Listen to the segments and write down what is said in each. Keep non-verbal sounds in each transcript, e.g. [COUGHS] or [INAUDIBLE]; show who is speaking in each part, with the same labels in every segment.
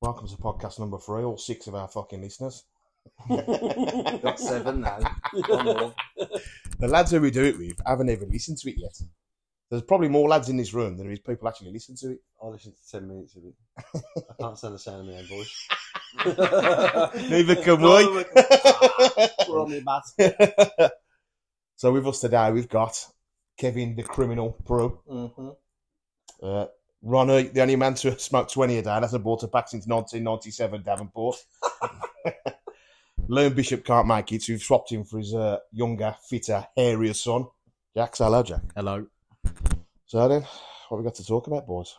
Speaker 1: Welcome to podcast number three. All six of our fucking listeners.
Speaker 2: Got seven [LAUGHS] now. One more.
Speaker 1: The lads who we do it with haven't even listened to it yet. There's probably more lads in this room than there is people actually listen to
Speaker 3: [LAUGHS]
Speaker 1: it.
Speaker 3: I listened to 10 minutes of it. I can't stand the sound of my own voice.
Speaker 1: Neither can
Speaker 3: Neither
Speaker 1: we.
Speaker 3: We're on the bat.
Speaker 1: [LAUGHS] so with us today, we've got Kevin, the criminal, Brew.
Speaker 2: Mm-hmm.
Speaker 1: Uh, Ronnie, the only man to smoke 20 a day, hasn't bought a pack since 1997, Davenport. [LAUGHS] Lone Bishop can't make it, so we've swapped him for his uh, younger, fitter, hairier son. Jack, say hello, Jack.
Speaker 4: Hello.
Speaker 1: So then, what we got to talk about, boys?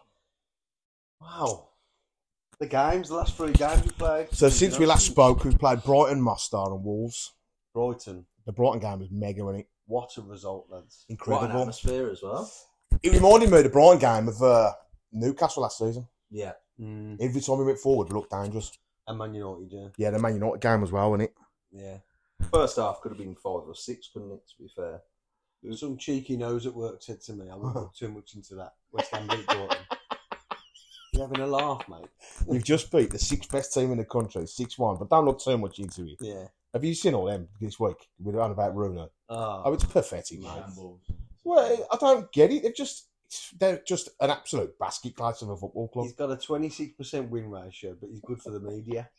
Speaker 3: Wow. The games, the last three games we played.
Speaker 1: So since we last spoke, we've played Brighton, Mostar and Wolves.
Speaker 3: Brighton.
Speaker 1: The Brighton game was mega, wasn't it?
Speaker 3: What a result, lads.
Speaker 2: Quite an
Speaker 1: Incredible.
Speaker 2: atmosphere as well.
Speaker 1: it reminded me of the Brighton game of uh, Newcastle last season.
Speaker 2: Yeah.
Speaker 3: Mm.
Speaker 1: Every time we went forward, we looked dangerous.
Speaker 3: And Man United, yeah.
Speaker 1: Yeah, the Man United game as well, wasn't it?
Speaker 2: Yeah. First half could have been five or six, couldn't it, to be fair?
Speaker 3: Some cheeky nose at work said to me, I wouldn't look too much into that. West Ham beat Brighton. You're having a laugh, mate.
Speaker 1: We've just beat the sixth best team in the country, 6 1, but don't look too much into it.
Speaker 3: Yeah.
Speaker 1: Have you seen all them this week? We're on about Rooney. Oh,
Speaker 3: Oh,
Speaker 1: it's pathetic, mate. Well, I don't get it. They're just, they're just an absolute basket class of a football club.
Speaker 3: he's got a 26% win ratio, but he's good for the media.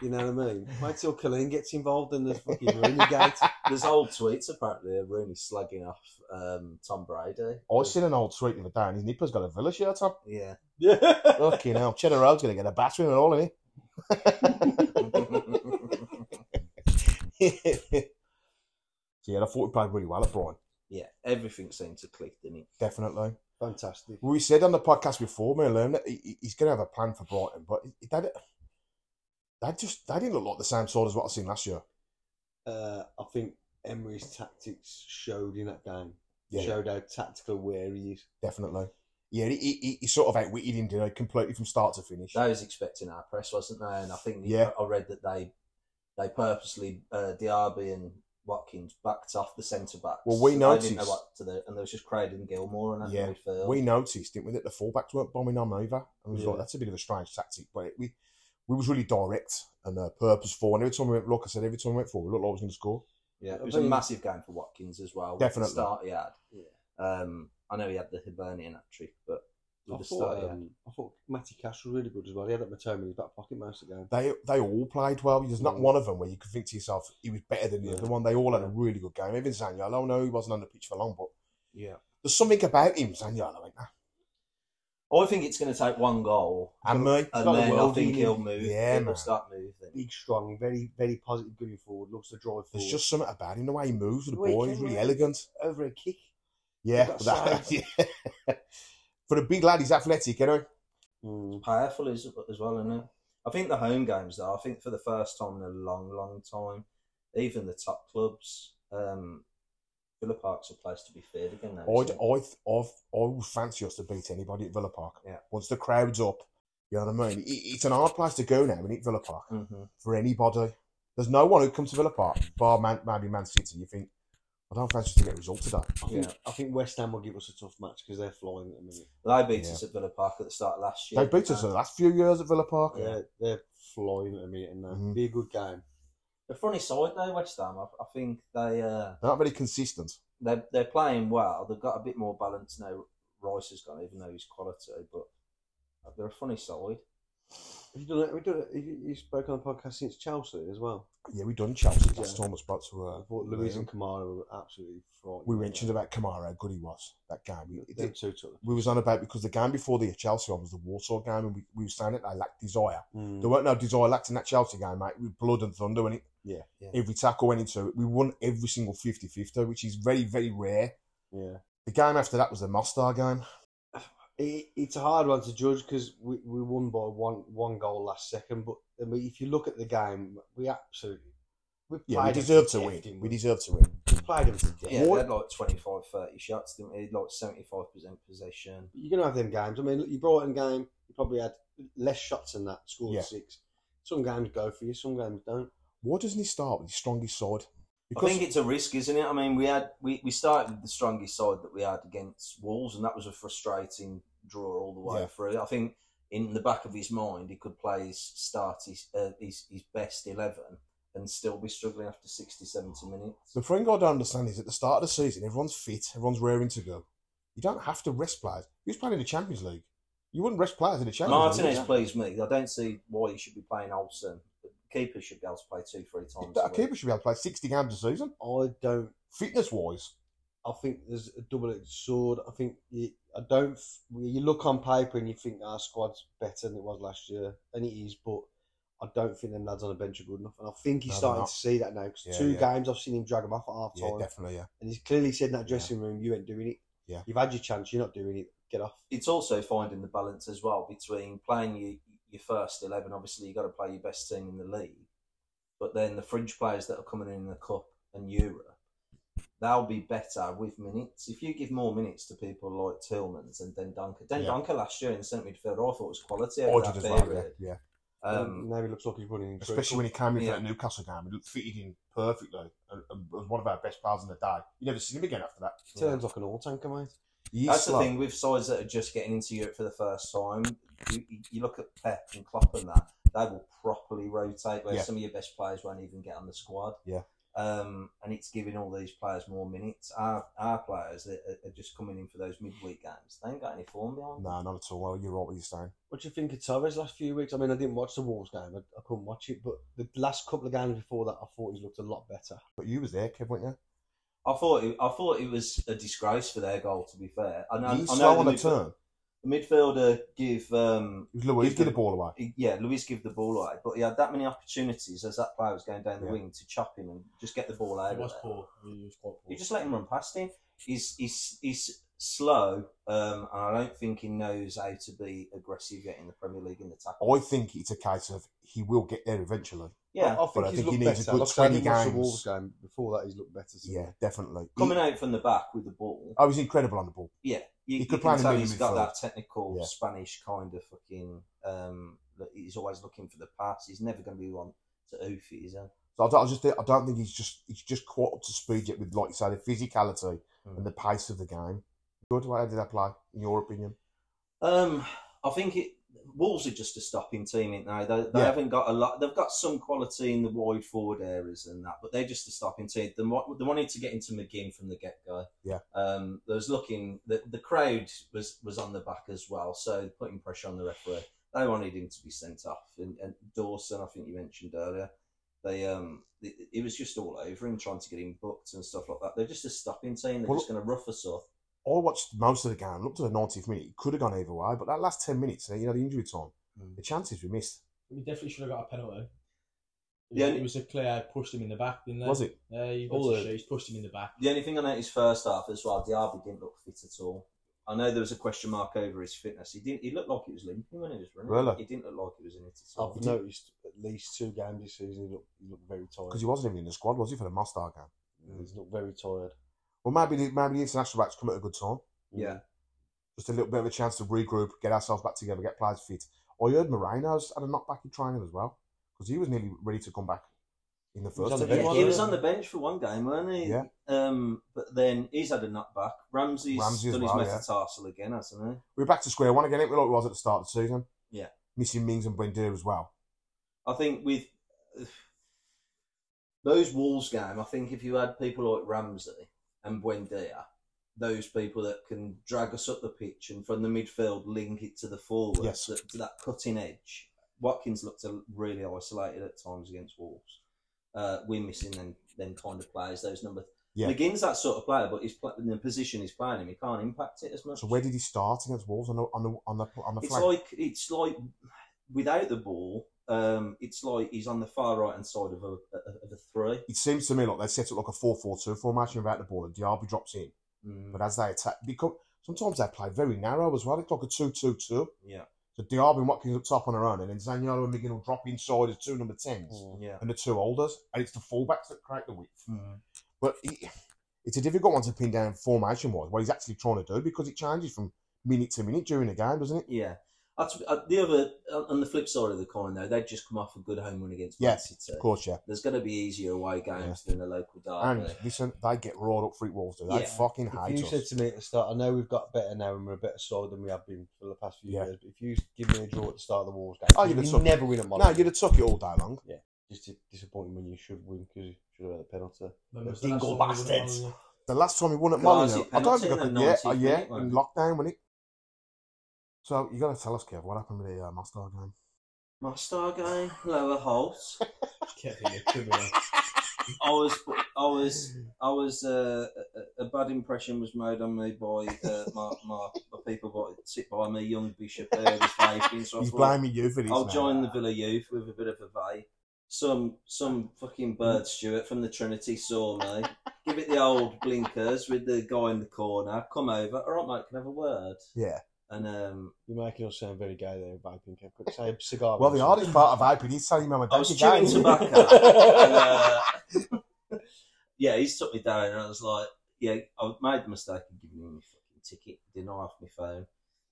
Speaker 3: You know what I mean? Wait till Colleen gets involved in this fucking Rooney gate.
Speaker 2: There's old tweets apparently of Rooney slagging off um, Tom Brady.
Speaker 1: I seen an old tweet the other day, and his nipper's got a Villa shirt on. [LAUGHS]
Speaker 2: Yeah. [LAUGHS]
Speaker 3: Yeah.
Speaker 1: Fucking hell, Cheddar Road's going to get a battering and all, isn't [LAUGHS] he? so, yeah, I thought we played really well at Brighton.
Speaker 2: yeah. Everything seemed to click, didn't it?
Speaker 1: Definitely.
Speaker 3: Fantastic.
Speaker 1: We said on the podcast before, me and Liam, that he- he, he's going to have a plan for Brighton, but he- they, di- they just they didn't look like the same sort as what I seen last year.
Speaker 3: uh, I think Emery's tactics showed in that game.
Speaker 1: Yeah,
Speaker 3: Showed how tactical where he is.
Speaker 1: definitely. Yeah, he, he, he sort of outwitted him, you know, completely from start to finish.
Speaker 2: They was expecting our press, wasn't they? And I think
Speaker 1: Yeah.
Speaker 2: I read that they they purposely uh, Diaby and Watkins backed off the centre backs.
Speaker 1: Well, we
Speaker 2: So They didn't know
Speaker 1: noticed-
Speaker 2: what to do, and there was just Craig Gilmore and that
Speaker 1: Yeah.
Speaker 2: yeah. midfield.
Speaker 1: We noticed, didn't we, that the fullbacks weren't bombing on either. And we
Speaker 3: Yeah.
Speaker 1: thought that's a bit of a strange tactic, but it, we we was really direct and uh, purposeful. And every time we went, look, I said every time we went forward, we looked like we was going to score.
Speaker 2: yeah, it
Speaker 3: I
Speaker 2: was a
Speaker 3: think-
Speaker 2: massive game for Watkins as well. with
Speaker 1: Definitely.
Speaker 2: the start he had. Um, I know he had the Hibernian hat trick, but with
Speaker 3: I
Speaker 2: the
Speaker 3: thought,
Speaker 2: start, he had-
Speaker 3: um, I thought Matty Cash was really good as well. He had that Matoma in his back pocket most of the game.
Speaker 1: They they all played well. There's not
Speaker 3: Mm.
Speaker 1: one of them where you could think to yourself he was better than the
Speaker 3: Yeah.
Speaker 1: other one. They all had a really good game. Even Zaniolo, no, he wasn't on the pitch for long, but
Speaker 3: Yeah.
Speaker 1: there's something about him, Zaniolo, ain't there?
Speaker 2: I think it's going to take one goal,
Speaker 1: And me.
Speaker 2: and
Speaker 3: got a
Speaker 2: then I
Speaker 3: world
Speaker 2: think
Speaker 3: in
Speaker 2: he'll
Speaker 3: him.
Speaker 2: move.
Speaker 1: Yeah,
Speaker 2: he'll
Speaker 1: man.
Speaker 2: start moving.
Speaker 3: Big, strong, very, very positive going forward. Loves to drive forward.
Speaker 1: There's just something about him, the way he moves with the
Speaker 3: The way he
Speaker 1: ball, he's
Speaker 3: came
Speaker 1: really
Speaker 3: around.
Speaker 1: elegant.
Speaker 3: over a kick.
Speaker 1: Yeah.
Speaker 3: got
Speaker 1: that-
Speaker 3: size.
Speaker 1: [LAUGHS] yeah. For a big lad, he's athletic, you know?
Speaker 3: Mm.
Speaker 2: powerful as, as well, isn't it? I think the home games, though, I think for the first time in a long, long time, even the top clubs, um, Villa Park's a place to be feared again. Now,
Speaker 1: I'd,
Speaker 2: isn't it?
Speaker 1: I, th- I've, I would fancy us to beat anybody at Villa Park.
Speaker 2: Yeah.
Speaker 1: Once the crowd's up, you know what I mean? It, it's an hard place to go now, isn't it, Villa Park?
Speaker 2: Mhm.
Speaker 1: For anybody. There's no one who comes to Villa Park, bar Man, maybe Man City. You think, I don't fancy us to get a result today.
Speaker 3: I think,
Speaker 2: Yeah.
Speaker 3: I think West Ham will give us a tough match because they're flying at the minute.
Speaker 2: They beat
Speaker 1: Yeah.
Speaker 2: us at Villa Park at the start of last year.
Speaker 1: they beat us in
Speaker 2: And
Speaker 1: the last few years at Villa Park.
Speaker 3: They're, they're flying at the minute, and that'll
Speaker 1: Mhm.
Speaker 3: be a good game.
Speaker 2: The funny side, though, West Ham, I, I think they, uh,
Speaker 1: They're not very consistent.
Speaker 2: they're, they're playing well. They've got a bit more balance now. Rice has gone, even though he's quality, but they're a funny side.
Speaker 3: Have you done it? Have you done it? You, you spoke on the podcast since Chelsea as well.
Speaker 1: Yeah, we done Chelsea last
Speaker 3: Yeah.
Speaker 1: time I spoke to uh,
Speaker 3: I thought Luis and Kamara were absolutely frightened.
Speaker 1: we mentioned about Kamara, how good he was that game. We, it-
Speaker 3: them two took
Speaker 1: we was on about because the game before the Chelsea one was the Warsaw game, and we, we were saying it. I lacked desire.
Speaker 3: Mm.
Speaker 1: There weren't no desire lacked in that Chelsea game, mate. With blood and thunder, and it
Speaker 3: Yeah,
Speaker 2: yeah.
Speaker 1: every tackle went into it. We won every single 50-50, which is very very rare.
Speaker 3: Yeah,
Speaker 1: The game after that was the Mostar game.
Speaker 3: it, it's a hard one to judge because we, we won by one one goal last second. But I mean, if you look at the game, we absolutely we played
Speaker 1: Yeah, we
Speaker 3: them
Speaker 1: deserved to
Speaker 3: death,
Speaker 1: win.
Speaker 3: didn't
Speaker 1: We
Speaker 3: We,
Speaker 1: deserved to win.
Speaker 3: We played them to death.
Speaker 2: Yeah,
Speaker 1: What-
Speaker 2: they had like 25, 30 shots, didn't they? Like 75% possession.
Speaker 3: You're gonna have them games. I mean, look, you brought in game. You probably had less shots than that. Scored
Speaker 1: Yeah.
Speaker 3: six. Some games go for you. Some games don't.
Speaker 1: Why doesn't he start with his strongest side?
Speaker 2: I think it's a risk, isn't it? I mean, we had we, we started with the strongest side that we had against Wolves, and that was a frustrating draw all the way
Speaker 1: Yeah.
Speaker 2: through. I think in the back of his mind, he could play his start, his, uh, his, his best 11 and still be struggling after 60, 70 minutes.
Speaker 1: The thing I don't understand is at the start of the season, everyone's fit, everyone's raring to go. You don't have to rest players. Who's playing in the Champions League? You wouldn't rest players in the Champions League.
Speaker 2: Martinez
Speaker 1: would you?
Speaker 2: pleased me. I don't see why you should be playing Olsen. The keeper should be able to play two, three times.
Speaker 1: A
Speaker 2: A week.
Speaker 1: keeper uh, should be able to play 60 games a season,
Speaker 3: I don't.
Speaker 1: fitness wise.
Speaker 3: I think there's a double-edged sword. I think you, I don't. f- You look on paper and you think our squad's better than it was last year, and it is. But I don't think them lads on the bench are good enough, and I think
Speaker 1: No,
Speaker 3: he's
Speaker 1: they're
Speaker 3: starting
Speaker 1: not.
Speaker 3: to see that now. 'cause
Speaker 1: Yeah,
Speaker 3: two
Speaker 1: yeah.
Speaker 3: games I've seen him drag them off at
Speaker 1: Yeah,
Speaker 3: half time,
Speaker 1: definitely, yeah.
Speaker 3: and he's clearly said in that dressing room, "You ain't doing it.
Speaker 1: Yeah.
Speaker 3: You've had your chance. You're not doing it. Get off."
Speaker 2: It's also finding the balance as well between playing your, your first 11. Obviously, you've got to play your best team in the league. But then the fringe players that are coming in the Cup and Europe, they'll be better with minutes. If you give more minutes to people like Tillman's and Den Dunker, Den
Speaker 1: Yeah.
Speaker 2: Dunker last year in centre midfield, I thought was quality
Speaker 1: I
Speaker 2: over
Speaker 1: did
Speaker 2: that
Speaker 1: as well, yeah.
Speaker 2: period.
Speaker 1: yeah.
Speaker 2: Um,
Speaker 3: now he looks like he's running. in circles.
Speaker 1: Especially when he came in
Speaker 2: Yeah.
Speaker 1: for that Newcastle game. He looked fitted in perfectly and, and was one of our best players in the day. You never seen him again after that.
Speaker 3: He turns like an all tanker, mate.
Speaker 1: He is
Speaker 2: That's
Speaker 1: slow.
Speaker 2: the thing with sides that are just getting into Europe for the first time. You, you- you look at Pep and Klopp and that; they will properly rotate, where
Speaker 1: Yeah.
Speaker 2: some of your best players won't even get on the squad.
Speaker 1: Yeah.
Speaker 2: Um, and it's giving all these players more minutes. Our our players that are, are just coming in for those midweek games. They ain't got any form behind. them.
Speaker 1: No, not at all. Well, you're right what you're saying.
Speaker 3: What do you think of Torres last few weeks? I mean, I didn't watch the Wolves game. I, I couldn't watch it, but the last couple of games before that, I thought he looked a lot better.
Speaker 1: But you was there, Kev, weren't you?
Speaker 2: I thought it, I thought it was a disgrace for their goal. To be fair, I know, I know
Speaker 1: He's slow
Speaker 2: the
Speaker 1: on the
Speaker 2: midf-
Speaker 1: turn.
Speaker 2: the midfielder give um,
Speaker 1: He was Luis,
Speaker 2: He's
Speaker 1: give the
Speaker 2: good.
Speaker 1: ball away.
Speaker 2: he- yeah, Luis give the ball away, but he had that many opportunities as that player was going down the
Speaker 1: Yeah.
Speaker 2: wing to chop him and just get the ball out.
Speaker 4: It
Speaker 2: of
Speaker 4: was
Speaker 2: there.
Speaker 4: poor. It was quite poor.
Speaker 2: You just let him run past him. He's he's he's slow, um, and I don't think he knows how to be aggressive yet in the Premier League in the tackle.
Speaker 1: I think it's a case of he will get there eventually.
Speaker 2: Yeah,
Speaker 3: I, I think
Speaker 1: But I
Speaker 3: he's
Speaker 1: think he
Speaker 3: looked
Speaker 1: needs a
Speaker 3: better.
Speaker 1: good
Speaker 3: Like I said, I didn't
Speaker 1: 20
Speaker 3: watch the
Speaker 1: games.
Speaker 3: Wolves game before that. He's looked better. so-
Speaker 1: Yeah, definitely. He-
Speaker 2: coming out from the back with the ball.
Speaker 1: I was incredible on the ball.
Speaker 2: Yeah,
Speaker 1: He
Speaker 2: you, you
Speaker 1: could play in
Speaker 2: can
Speaker 1: the
Speaker 2: tell
Speaker 1: middle
Speaker 2: he's got
Speaker 1: midfield.
Speaker 2: that technical
Speaker 1: Yeah.
Speaker 2: Spanish kind of fucking. Um, that he's always looking for the pass. He's never going to be one to oof it, is he?
Speaker 1: So I don't, I just think- I don't think he's just he's just caught up to speed yet with like you say the physicality
Speaker 2: Mm.
Speaker 1: and the pace of the game. Good. How did that play in your opinion?
Speaker 2: Um, I think it. Wolves are just a stopping team, ain't they? They, they
Speaker 1: Yeah.
Speaker 2: haven't got a lot. They've got some quality in the wide forward areas and that, but they're just a stopping team. They, wa- they wanted to get into McGinn from the get go.
Speaker 1: Yeah.
Speaker 2: Um, there was looking. The, the crowd was was on the back as well, so putting pressure on the referee. They wanted him to be sent off. And, and Dawson, I think you mentioned earlier, they um, it, it was just all over him trying to get him booked and stuff like that. They're just a stopping team. They're
Speaker 1: Well-
Speaker 2: just going to rough us up.
Speaker 1: I watched most of the game. Looked at the 90th minute. It could have gone either way, but that last 10 minutes, you know, the injury time,
Speaker 2: Mm.
Speaker 1: the chances we missed.
Speaker 4: We definitely should have got a penalty.
Speaker 2: Yeah.
Speaker 4: Yeah, it was a player pushed him in the back, didn't they?
Speaker 1: Was it?
Speaker 4: Yeah, he
Speaker 3: All
Speaker 4: got to
Speaker 3: the-
Speaker 4: shoot, he's pushed him in the back.
Speaker 2: The only thing I noticed first half as well, Diaby didn't look fit at all. I know there was a question mark over his fitness. He didn't. He looked like he was limping when he was running.
Speaker 1: Really?
Speaker 2: He didn't look like he was in it at all.
Speaker 3: I've noticed at least two games this season. He looked, he looked very tired.
Speaker 1: Because he wasn't even in the squad, was he, for the Mostar game?
Speaker 3: He's looked very tired.
Speaker 1: Well, maybe the, maybe the international break's come at a good time.
Speaker 2: Yeah.
Speaker 1: Just a little bit of a chance to regroup, get ourselves back together, get players fit. I heard Moreno's had a knockback in training as well because he was nearly ready to come back in the
Speaker 3: He was
Speaker 1: first.
Speaker 3: on the
Speaker 1: team.
Speaker 3: bench,
Speaker 2: He, he was on the bench for one game, weren't he?
Speaker 1: Yeah.
Speaker 2: Um, but then he's had a knockback. Ramsey's
Speaker 1: Ramsey as
Speaker 2: done
Speaker 1: well,
Speaker 2: his
Speaker 1: yeah.
Speaker 2: metatarsal again, hasn't he?
Speaker 1: We're back to square one again, ain't we, like we was at the start of the season?
Speaker 2: Yeah.
Speaker 1: Missing Mings and Brendan as well.
Speaker 2: I think with [SIGHS] those Wolves game, I think if you had people like Ramsey and Buendia, those people that can drag us up the pitch and from the midfield link it to the forwards,
Speaker 1: Yes.
Speaker 2: that, to that cutting edge. Watkins looked a- really isolated at times against Wolves. Uh, we're missing them, them kind of players, those number.
Speaker 1: Yeah.
Speaker 2: McGinn's that sort of player, but he's pla- in the position he's playing him, he can't impact it as much.
Speaker 1: So where did he start against Wolves on the on the on the on the
Speaker 2: It's
Speaker 1: flank?
Speaker 2: like it's like without the ball, um, it's like he's on the far right hand side of a of a three.
Speaker 1: it seems to me like they set up like a 4-4-2 formation without the ball, and Diaby drops in.
Speaker 2: Mm.
Speaker 1: But as they attack, because sometimes they play very narrow as well. It's like a 2-2-2.
Speaker 2: Yeah,
Speaker 1: So Diaby and Watkins up top on their own, and then Zaniolo and McGinn will drop inside as two number 10s
Speaker 2: yeah.
Speaker 1: and the two holders, and it's the fullbacks that create the width. But it, it's a difficult one to pin down formation-wise, what he's actually trying to do, because it changes from minute to minute during the game, doesn't it?
Speaker 2: Yeah. That's uh, the other on- on the flip side of the coin though. They've just come off a good home run against Man
Speaker 1: Yes,
Speaker 2: City.
Speaker 1: Of course, yeah.
Speaker 2: There's going to be easier away games than a local derby.
Speaker 1: And listen, they get roared up for it, Wolves do. They
Speaker 2: Yeah.
Speaker 1: fucking
Speaker 3: If
Speaker 1: hate
Speaker 3: you said
Speaker 1: us.
Speaker 3: to me at the start, I know we've got better now and we're a better side than we have been for the past few
Speaker 1: Yeah.
Speaker 3: years, but if you give me a draw at the start of the Wolves game,
Speaker 1: Oh, you'd have
Speaker 3: you
Speaker 1: took-
Speaker 3: never win at Monmouth.
Speaker 1: No, you'd have took it all day long.
Speaker 3: Just dis- disappointing when you should win because you should have had a penalty.
Speaker 4: When was
Speaker 3: The
Speaker 4: the last
Speaker 3: dingle
Speaker 4: time we won it?
Speaker 3: bastards.
Speaker 1: The last time we won at
Speaker 2: Garzi
Speaker 1: Molyneux, I don't
Speaker 2: penalty
Speaker 1: think I
Speaker 2: in
Speaker 1: could.
Speaker 2: the
Speaker 1: Yeah,
Speaker 2: 90th
Speaker 1: oh, yeah,
Speaker 2: minute,
Speaker 1: in
Speaker 2: wasn't it?
Speaker 1: lockdown, wasn't it? So you got to tell us, Kev, what happened with the uh, Mostar game?
Speaker 2: My star game,
Speaker 1: [LAUGHS]
Speaker 2: lower Holt.
Speaker 4: Kevin, you're criminal.
Speaker 2: I was, I was, I was. Uh, a, a bad impression was made on me by uh, my, my my people by sit by me, young Bishop there was vaping. So I
Speaker 1: He's
Speaker 2: thought,
Speaker 1: blaming you for this.
Speaker 2: I'll
Speaker 1: now.
Speaker 2: join the Villa Youth with a bit of a vibe. Some some fucking bird Stewart from the Trinity saw me. Give it the old blinkers with the guy in the corner. Come over. All right, mate, can I have a word?
Speaker 1: Yeah.
Speaker 2: And um,
Speaker 3: You're making us sound very gay there, vaping. Kev. Quick, Say cigar.
Speaker 1: Well, the
Speaker 3: mention.
Speaker 1: hardest part of hyping is telling mum and
Speaker 2: I
Speaker 1: dad
Speaker 2: was
Speaker 1: you're
Speaker 2: chewing
Speaker 1: gay.
Speaker 2: tobacco. [LAUGHS] and, uh, [LAUGHS] yeah, he's took me down, and I was like, yeah, I made the mistake of giving him my fucking ticket. Didn't I off my phone?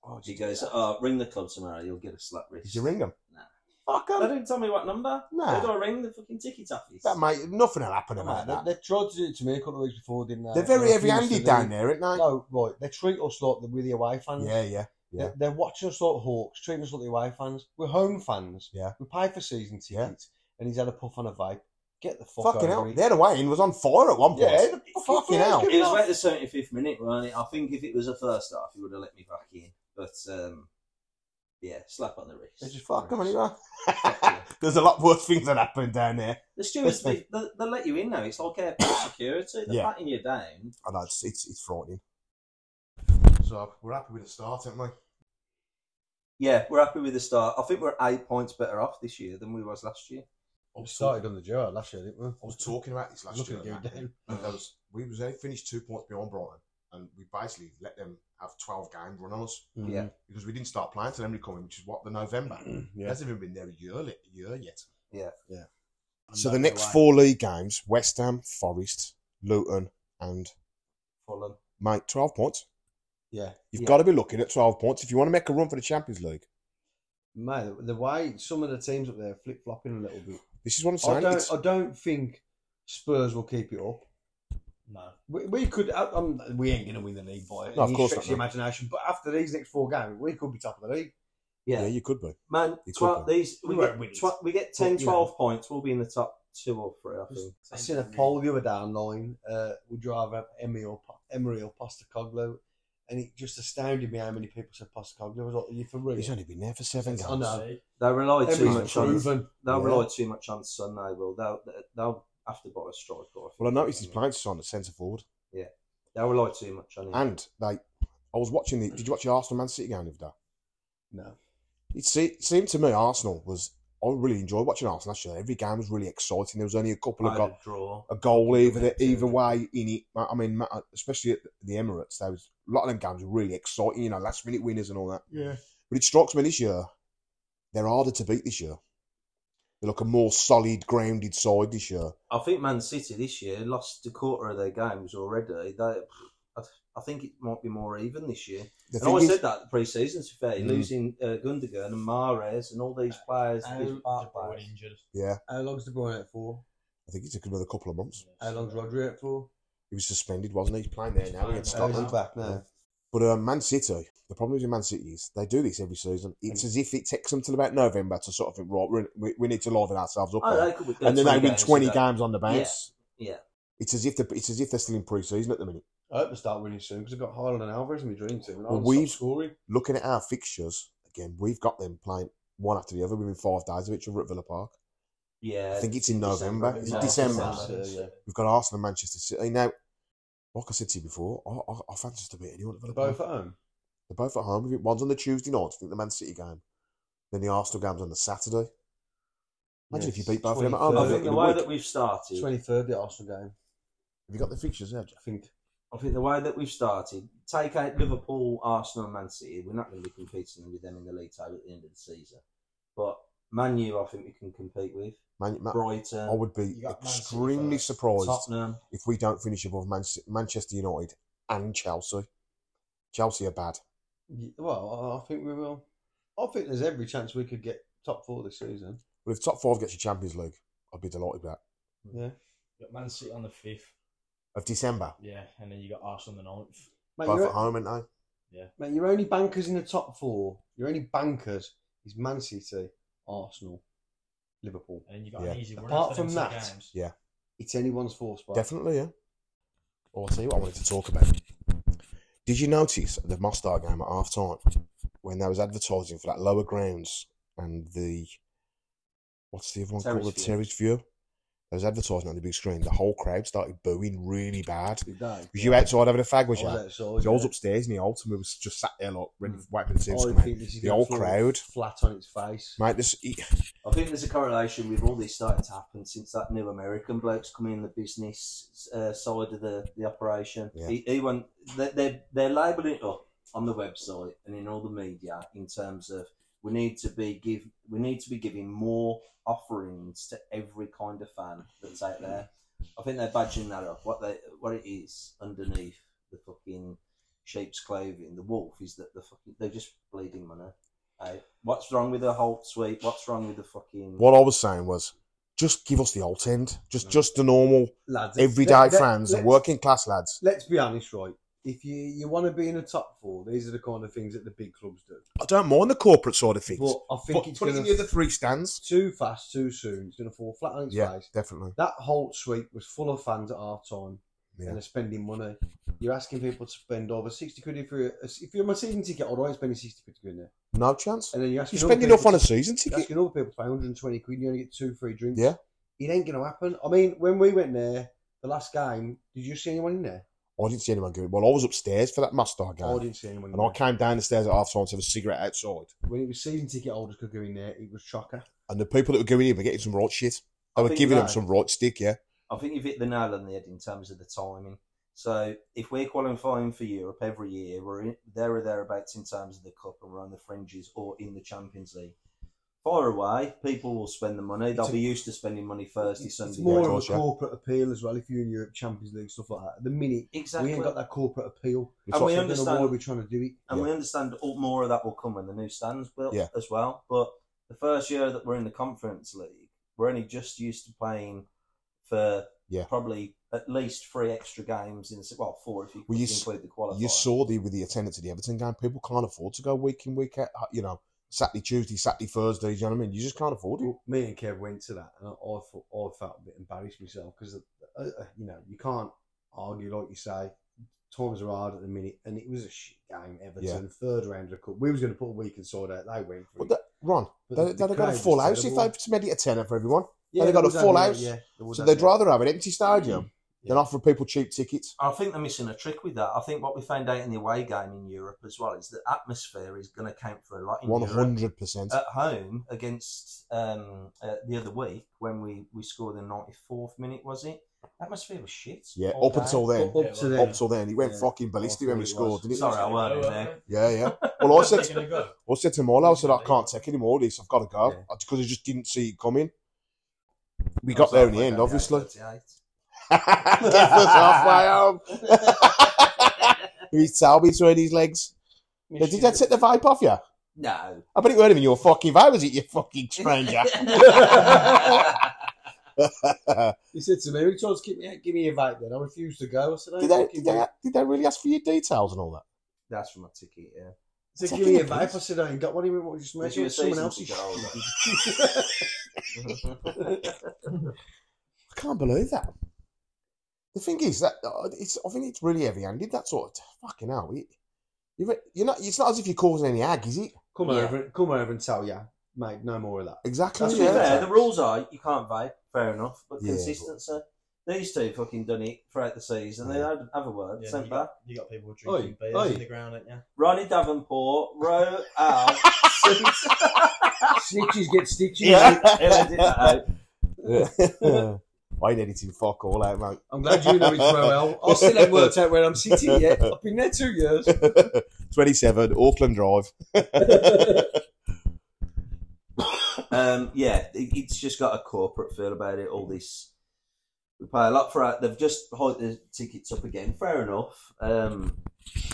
Speaker 1: Oh,
Speaker 2: He goes, oh, ring the club tomorrow. You'll get a slap wrist.
Speaker 1: Did you ring him?
Speaker 2: Nah.
Speaker 1: Fuck
Speaker 2: They
Speaker 1: 'em.
Speaker 2: didn't tell me what number.
Speaker 1: Nah.
Speaker 2: Who do I ring? The fucking ticket office.
Speaker 1: That mate, nothing will happen
Speaker 3: Oh,
Speaker 1: about
Speaker 3: man,
Speaker 1: that.
Speaker 3: They, they tried to do it to me a couple of weeks before, didn't they?
Speaker 1: They're very
Speaker 3: And I
Speaker 1: heavy-handed
Speaker 3: refused to
Speaker 1: down
Speaker 3: leave.
Speaker 1: there, aren't
Speaker 3: No, right. They treat us like we're the away
Speaker 1: they?
Speaker 3: fans.
Speaker 1: Yeah, yeah.
Speaker 3: They-
Speaker 1: Yeah.
Speaker 3: They're, watching us like hawks, treating us like the away fans. We're home fans.
Speaker 1: Yeah.
Speaker 3: We pay for season tickets,
Speaker 1: Yeah.
Speaker 3: and he's had a puff on a vape. Get the fuck
Speaker 1: Fucking
Speaker 3: over
Speaker 1: hell.
Speaker 3: it.
Speaker 1: Their away in was on fire at one point.
Speaker 3: Yeah, the fuck
Speaker 1: fucking
Speaker 3: yeah,
Speaker 1: hell.
Speaker 3: it's
Speaker 2: It was about the seventy fifth minute, wasn't it? I think if it was a first half, he would have let me back in. But um, yeah, slap on the
Speaker 1: They
Speaker 2: wrist.
Speaker 1: just fuck 'em anyway. [LAUGHS]
Speaker 2: yeah.
Speaker 1: There's a lot worse things that happen down there.
Speaker 2: The stewards, they, they, they let you in now. It's like airport security. They're
Speaker 1: Yeah.
Speaker 2: patting you down.
Speaker 1: I know Oh, it's it's, it's frightening. So we're happy with the start, aren't we?
Speaker 2: Yeah, we're happy with the start. I think we're eight points better off this year than we was last year.
Speaker 1: I
Speaker 3: We started on the Gerrard last year, didn't we?
Speaker 1: I was talking about this last year.
Speaker 3: Looking at you,
Speaker 1: about it.
Speaker 3: Dan.
Speaker 1: And there was we was only finished two points beyond Brighton, and we basically let them have twelve game run on us
Speaker 2: Yeah.
Speaker 1: because we didn't start playing till Emery coming, which is what the November. [CLEARS THROAT] It
Speaker 3: yeah.
Speaker 1: hasn't even been there a year, li- a year yet.
Speaker 4: And
Speaker 1: So the
Speaker 4: that's
Speaker 1: next
Speaker 4: away.
Speaker 1: four league games: West Ham, Forest, Luton, and
Speaker 2: Fulham.
Speaker 1: mate, twelve points.
Speaker 3: Yeah.
Speaker 1: You've
Speaker 2: Yeah.
Speaker 1: got to be looking at twelve points if you want to make a run for the Champions League.
Speaker 3: Mate, the way some of the teams up there flip flopping a little bit.
Speaker 1: This is what I'm saying.
Speaker 3: I
Speaker 1: It's-
Speaker 3: don't, I don't think Spurs will keep it up.
Speaker 4: No.
Speaker 3: We, we could. I, I'm, we ain't going to win the league by
Speaker 1: No, of
Speaker 3: any
Speaker 1: course
Speaker 3: stretch
Speaker 1: not,
Speaker 3: of the imagination. But after these next four games, we could be top of the league.
Speaker 1: yeah.
Speaker 2: Yeah,
Speaker 1: you could be.
Speaker 2: man.
Speaker 1: It could
Speaker 2: Twelve.
Speaker 1: be.
Speaker 2: These we,
Speaker 3: We won't
Speaker 2: get.
Speaker 3: win it.
Speaker 2: Tw- we get 10,
Speaker 3: But, you know.
Speaker 2: 12 points. We'll be in the top two or three. I think.
Speaker 3: I seen a poll the other day online. Uh, would you rather have Emery or Po- Emery or Postacoglu? And it just astounded me how many people said Postacoglu. I was like, "Are you for real?"
Speaker 1: He's only been there for seven
Speaker 3: It's
Speaker 1: games.
Speaker 3: under-
Speaker 2: They rely too
Speaker 3: Emery's
Speaker 2: much on.
Speaker 3: proven.
Speaker 2: They'll
Speaker 1: Yeah.
Speaker 2: rely too much on Sun. They will. They'll they'll have to buy a striker. think.
Speaker 1: Well, I noticed he's playing on at centre forward,
Speaker 2: They rely too much on him.
Speaker 1: and they. I was watching the. Did you watch the Arsenal Man City game the other day?
Speaker 3: No,
Speaker 1: It, se- it seemed to me Arsenal was. I really enjoyed watching Arsenal last year. Every game was really exciting. There was only a couple of
Speaker 2: Either
Speaker 1: goals.
Speaker 2: draw.
Speaker 1: a goal either
Speaker 2: Correct,
Speaker 1: either
Speaker 2: yeah.
Speaker 1: way in it. I I mean, ma- especially at the Emirates, there was a lot of them games were really exciting. You know, last minute winners and all that.
Speaker 3: Yeah.
Speaker 1: But it strikes me this year, they're harder to beat this year. They're like a more solid, grounded side this year.
Speaker 2: I think Man City this year lost a quarter of their games already. They, I, I think it might be more even this year.
Speaker 1: The
Speaker 2: and I always
Speaker 1: is-
Speaker 2: said that pre-season. To be fair,
Speaker 1: Mm.
Speaker 2: losing uh, Gundogan and Mares and all these players,
Speaker 3: Uh,
Speaker 2: these
Speaker 3: De
Speaker 2: part
Speaker 4: They're
Speaker 2: players.
Speaker 4: injured.
Speaker 1: yeah,
Speaker 3: how long's De Bruyne out for?
Speaker 1: I think it took another couple of months.
Speaker 3: How long's Rodri out for?
Speaker 1: He was suspended, wasn't he? He's playing there now against
Speaker 3: How is he
Speaker 1: Scotland.
Speaker 3: back now?
Speaker 1: But um, Man City, the problem with Man City is they do this every season. It's as if it takes them till about November to sort of think, right, we're- we, we need to liven ourselves up.
Speaker 2: Oh,
Speaker 1: here.
Speaker 2: they could be good
Speaker 1: and then they win
Speaker 2: games
Speaker 1: 20
Speaker 2: today.
Speaker 1: games on the bounce.
Speaker 2: Yeah, yeah.
Speaker 1: It's as if the, it's as if they're still in pre-season at the minute.
Speaker 3: I hope they start winning soon because I've got Haaland and Alvarez in my dream team. And
Speaker 1: Well,
Speaker 3: I'll
Speaker 1: we've-
Speaker 3: stop scoring.
Speaker 1: Looking at our fixtures again, we've got them playing one after the other within five days of each other at Villa Park.
Speaker 2: Yeah,
Speaker 1: I think it's in November. Is it
Speaker 2: No,
Speaker 1: December?
Speaker 2: December.
Speaker 3: Yeah, yeah.
Speaker 1: We've got Arsenal and Manchester City now. Like I said to you before, I, I, I fancy us to beat anyone at Villa
Speaker 3: They're
Speaker 1: Park.
Speaker 3: both at home.
Speaker 1: They're both at home. I think One's on the Tuesday night. I think the Man City game. Then the Arsenal game's on the Saturday. Imagine if you beat both of them at home.
Speaker 2: I
Speaker 1: Have
Speaker 2: think
Speaker 1: it
Speaker 2: the
Speaker 1: uh, in a
Speaker 2: way
Speaker 1: week.
Speaker 2: that we've started,
Speaker 3: Twenty third, the Arsenal game.
Speaker 1: you got the fixtures there? Jack?
Speaker 3: I think
Speaker 2: I think the way that we've started, take out Liverpool, Arsenal, and Man City, we're not going to be competing with them in the league table at the end of the season. But Man U, I think we can compete with
Speaker 1: Man, Ma-
Speaker 2: Brighton,
Speaker 1: I would be
Speaker 4: You got Man City
Speaker 1: extremely
Speaker 4: first.
Speaker 1: surprised
Speaker 2: Tottenham.
Speaker 1: if we don't finish above Man- Manchester United and Chelsea. Chelsea are bad.
Speaker 3: Yeah, Well, I- I think we will. I think there's every chance we could get top four this season.
Speaker 1: But if top four gets you Champions League, I'd be delighted with that.
Speaker 3: Yeah,
Speaker 4: Got Man City on the fifth.
Speaker 1: Of December,
Speaker 4: Yeah, and then you got Arsenal on the ninth.
Speaker 3: mate,
Speaker 1: both
Speaker 3: you're,
Speaker 1: at home, ain't they?
Speaker 3: mate, your only bankers in the top four, your only bankers is Man City, Arsenal, Liverpool.
Speaker 4: And then you got
Speaker 1: Yeah.
Speaker 4: an easy run
Speaker 3: Apart
Speaker 4: after them
Speaker 3: from
Speaker 4: two
Speaker 3: that-
Speaker 4: games.
Speaker 1: Yeah.
Speaker 3: It's anyone's four spot.
Speaker 1: Definitely, yeah. Oh, I'll tell you what I wanted to talk about. Did you notice at the Mostar game at half time when there was advertising for that lower grounds and the what's the other one
Speaker 3: Terrace
Speaker 1: called? The
Speaker 3: view.
Speaker 1: terrace view. There was advertising on the big screen. The whole crowd started booing really bad.
Speaker 3: Good day.
Speaker 1: Was you outside having a fag, was
Speaker 3: I
Speaker 1: you?
Speaker 3: was
Speaker 1: I
Speaker 3: outside,
Speaker 1: was always
Speaker 3: yeah.
Speaker 1: upstairs in the altar. We was just sat there like ready
Speaker 3: Mm.
Speaker 1: for waiting for the teams to
Speaker 3: I
Speaker 1: come out.
Speaker 3: think this is
Speaker 1: The
Speaker 3: gonna
Speaker 1: whole
Speaker 3: fall
Speaker 1: crowd.
Speaker 3: flat on its face.
Speaker 1: Mate, this he-
Speaker 2: I think there's a correlation with all this starting to happen since that new American bloke's come in the business uh, side of the, the operation.
Speaker 1: Yeah.
Speaker 2: He, he went, they, they're, they're oh, labelling it up on the website and in all the media in terms of we need to be give we need to be giving more offerings to every kind of fan that's out there. I think they're badging that up. What they what it is underneath the fucking sheep's clothing, the wolf is that the fucking they're just bleeding money. out. what's wrong with the whole sweep? What's wrong with the fucking
Speaker 1: what I was saying was, just give us the alt end, just
Speaker 3: Mm.
Speaker 1: just the normal
Speaker 3: Lads,
Speaker 1: everyday
Speaker 3: let- let-
Speaker 1: fans and
Speaker 3: let's-
Speaker 1: working class lads.
Speaker 3: Let's be honest, right? If you, you want to be in the top four, these are the kind of things that the big clubs do.
Speaker 1: I don't mind the corporate side of things.
Speaker 3: But I think
Speaker 1: Put-
Speaker 3: it's
Speaker 1: put it
Speaker 3: going
Speaker 1: in the other
Speaker 3: to
Speaker 1: three stands.
Speaker 3: too fast, too soon. It's going to fall flat on its
Speaker 1: Yeah,
Speaker 3: face.
Speaker 1: definitely.
Speaker 3: That whole sweep was full of fans at half time,
Speaker 1: Yeah.
Speaker 3: and they're spending money. You're asking people to spend over sixty quid if you're if you're on a season ticket. All right, spending sixty quid to go in there,
Speaker 1: No chance.
Speaker 3: and then you're asking
Speaker 1: You're
Speaker 3: other
Speaker 1: spending
Speaker 3: people
Speaker 1: enough on
Speaker 3: to-
Speaker 1: a season
Speaker 3: you're
Speaker 1: ticket.
Speaker 3: asking other people to pay one hundred and twenty quid. You only get two free drinks.
Speaker 1: Yeah.
Speaker 3: it ain't going to happen. I mean, when we went there the last game, did you see anyone in there?
Speaker 1: I didn't see anyone going. Well, I was upstairs for that Mustard game,
Speaker 3: I didn't see anyone. In
Speaker 1: and I
Speaker 3: there.
Speaker 1: came down the stairs at half time to have a cigarette outside.
Speaker 3: When it was season ticket holders could go in there, it was shocker.
Speaker 1: And the people that were going in were getting some right shit. They
Speaker 2: I
Speaker 1: were
Speaker 2: think
Speaker 1: giving them
Speaker 2: that-
Speaker 1: some right stick. Yeah,
Speaker 2: I think you've hit the nail on the head in terms of the timing. So if we're qualifying for Europe every year, we're in, there or thereabouts in terms of the cup, and we're on the fringes or in the Champions League. Far away, people will spend the money. They'll
Speaker 3: It's a-
Speaker 2: be used to spending money Thursday,
Speaker 3: It's
Speaker 2: Sunday.
Speaker 3: more
Speaker 1: yeah, of
Speaker 3: of
Speaker 1: course,
Speaker 3: a
Speaker 1: yeah.
Speaker 3: corporate appeal as well. If you're in Europe, Champions League stuff like that. At the minute
Speaker 2: exactly.
Speaker 3: we ain't got that corporate appeal.
Speaker 1: It's
Speaker 2: And
Speaker 1: like-
Speaker 2: we
Speaker 3: I don't know why
Speaker 2: understand
Speaker 3: we're trying to do it.
Speaker 2: And
Speaker 1: Yeah.
Speaker 2: we understand all, more of that will come when the new stands built
Speaker 1: Yeah.
Speaker 2: as well. But the first year that we're in the Conference League, we're only just used to playing for
Speaker 1: Yeah.
Speaker 2: probably at least three extra games in the se- well four if you,
Speaker 1: Well, you s-
Speaker 2: include the qualifier.
Speaker 1: you saw the with the attendance at the Everton game. People can't afford to go week in week out. You know, Saturday, Tuesday, Saturday, Thursday. Do you know what I mean? You just can't afford it.
Speaker 3: Well, me and Kev went to that, and I, I, thought, I felt a bit embarrassed myself because uh, uh, you know you can't argue like you say. Times are hard at the minute, and it was a shit game. Everton
Speaker 1: Yeah.
Speaker 3: third round of the cup. We was going to put a weekend side out. They went for
Speaker 1: But
Speaker 3: it.
Speaker 1: that, Ron,
Speaker 3: But
Speaker 1: they,
Speaker 3: the-
Speaker 1: they'd have
Speaker 3: the
Speaker 1: got a
Speaker 3: crowd was
Speaker 1: full house if
Speaker 3: terrible.
Speaker 1: they made it a tenner for everyone.
Speaker 3: Yeah,
Speaker 1: they got
Speaker 3: was
Speaker 1: a full
Speaker 3: having
Speaker 1: house,
Speaker 3: they was
Speaker 1: So
Speaker 3: having
Speaker 1: they'd
Speaker 3: it.
Speaker 1: rather have an empty stadium
Speaker 3: Yeah.
Speaker 1: than offer people cheap tickets.
Speaker 2: I think they're missing a trick with that. I think what we found out in the away game in Europe as well is that atmosphere is going to count for a lot in
Speaker 1: One
Speaker 2: Europe.
Speaker 1: hundred percent.
Speaker 3: Uh,
Speaker 2: At home against um, uh, the other week when we, we scored the 94th minute, was it? Atmosphere was shit.
Speaker 1: Yeah,
Speaker 2: all
Speaker 1: up
Speaker 2: day.
Speaker 1: until then.
Speaker 3: Up- up to
Speaker 4: Yeah,
Speaker 3: then.
Speaker 1: Up till then, he went
Speaker 3: Yeah.
Speaker 1: fucking ballistic when we
Speaker 3: I thought he
Speaker 1: scored,
Speaker 3: was.
Speaker 1: didn't he?
Speaker 2: Sorry, I weren't in
Speaker 4: Oh,
Speaker 2: there.
Speaker 4: uh,
Speaker 1: Yeah,
Speaker 3: [LAUGHS]
Speaker 1: yeah. Well, I
Speaker 4: where's
Speaker 1: said,
Speaker 4: it gonna go?
Speaker 1: I said to Marlo, I said, I can't take any more of this. I've got to go.
Speaker 3: Yeah.
Speaker 1: Because I just didn't see it coming. We
Speaker 2: I
Speaker 1: got
Speaker 2: was
Speaker 1: there in the
Speaker 2: halfway
Speaker 1: end,
Speaker 2: down
Speaker 1: obviously.
Speaker 2: 38.
Speaker 1: [LAUGHS] Death was halfway [LAUGHS] home. His towel between his legs. Yeah, did that take the vibe off you?
Speaker 2: No.
Speaker 1: I bet it weren't even your fucking vibe, was it, you fucking
Speaker 2: [LAUGHS]
Speaker 1: stranger? [LAUGHS]
Speaker 3: He said to me, "He tried to keep me out. Give me a vape." Then I refused to go. I said, "I
Speaker 1: did, they, did, they, did they really ask for your details and all that?
Speaker 2: That's from my ticket, yeah.
Speaker 3: He said,
Speaker 1: Taking
Speaker 3: give me a
Speaker 1: the piss.
Speaker 3: vape. I said, I ain't got one. He went, what, just make
Speaker 2: Did you
Speaker 3: sure it's someone
Speaker 2: say
Speaker 3: else's.
Speaker 2: something [LAUGHS]
Speaker 1: I can't believe that. The thing is that uh, it's. I think it's really heavy-handed. That sort of fucking hell. It, you're, you're not. It's not as if you're causing any ag, is it?
Speaker 3: come
Speaker 2: Yeah.
Speaker 3: over, come over and tell ya, mate. No more of that.
Speaker 1: Exactly.
Speaker 2: To
Speaker 3: That's
Speaker 2: be
Speaker 3: Yeah.
Speaker 2: fair, the rules are you can't vape, fair enough, but
Speaker 1: Yeah.
Speaker 2: consistency. These two fucking done it throughout the season. They had other words
Speaker 4: Yeah,
Speaker 2: sent
Speaker 4: you,
Speaker 2: back.
Speaker 4: got, you got people
Speaker 3: Oi,
Speaker 4: drinking beers
Speaker 3: oi.
Speaker 4: in the ground, ain't you?
Speaker 2: Ronnie Davenport, row out. since-
Speaker 3: [LAUGHS] Snitches get stitches.
Speaker 1: Yeah.
Speaker 2: Edit that out.
Speaker 1: [LAUGHS] Yeah. I ain't editing fuck all out, mate.
Speaker 3: I'm glad you know it's well. I still haven't worked out where I'm
Speaker 1: [LAUGHS]
Speaker 3: sitting yet. I've been there two years.
Speaker 1: 27, Auckland Drive.
Speaker 2: Um, yeah, it, it's just got a corporate feel about it. All this, we pay a lot for it. They've just hiked the tickets up again. Fair enough. Um,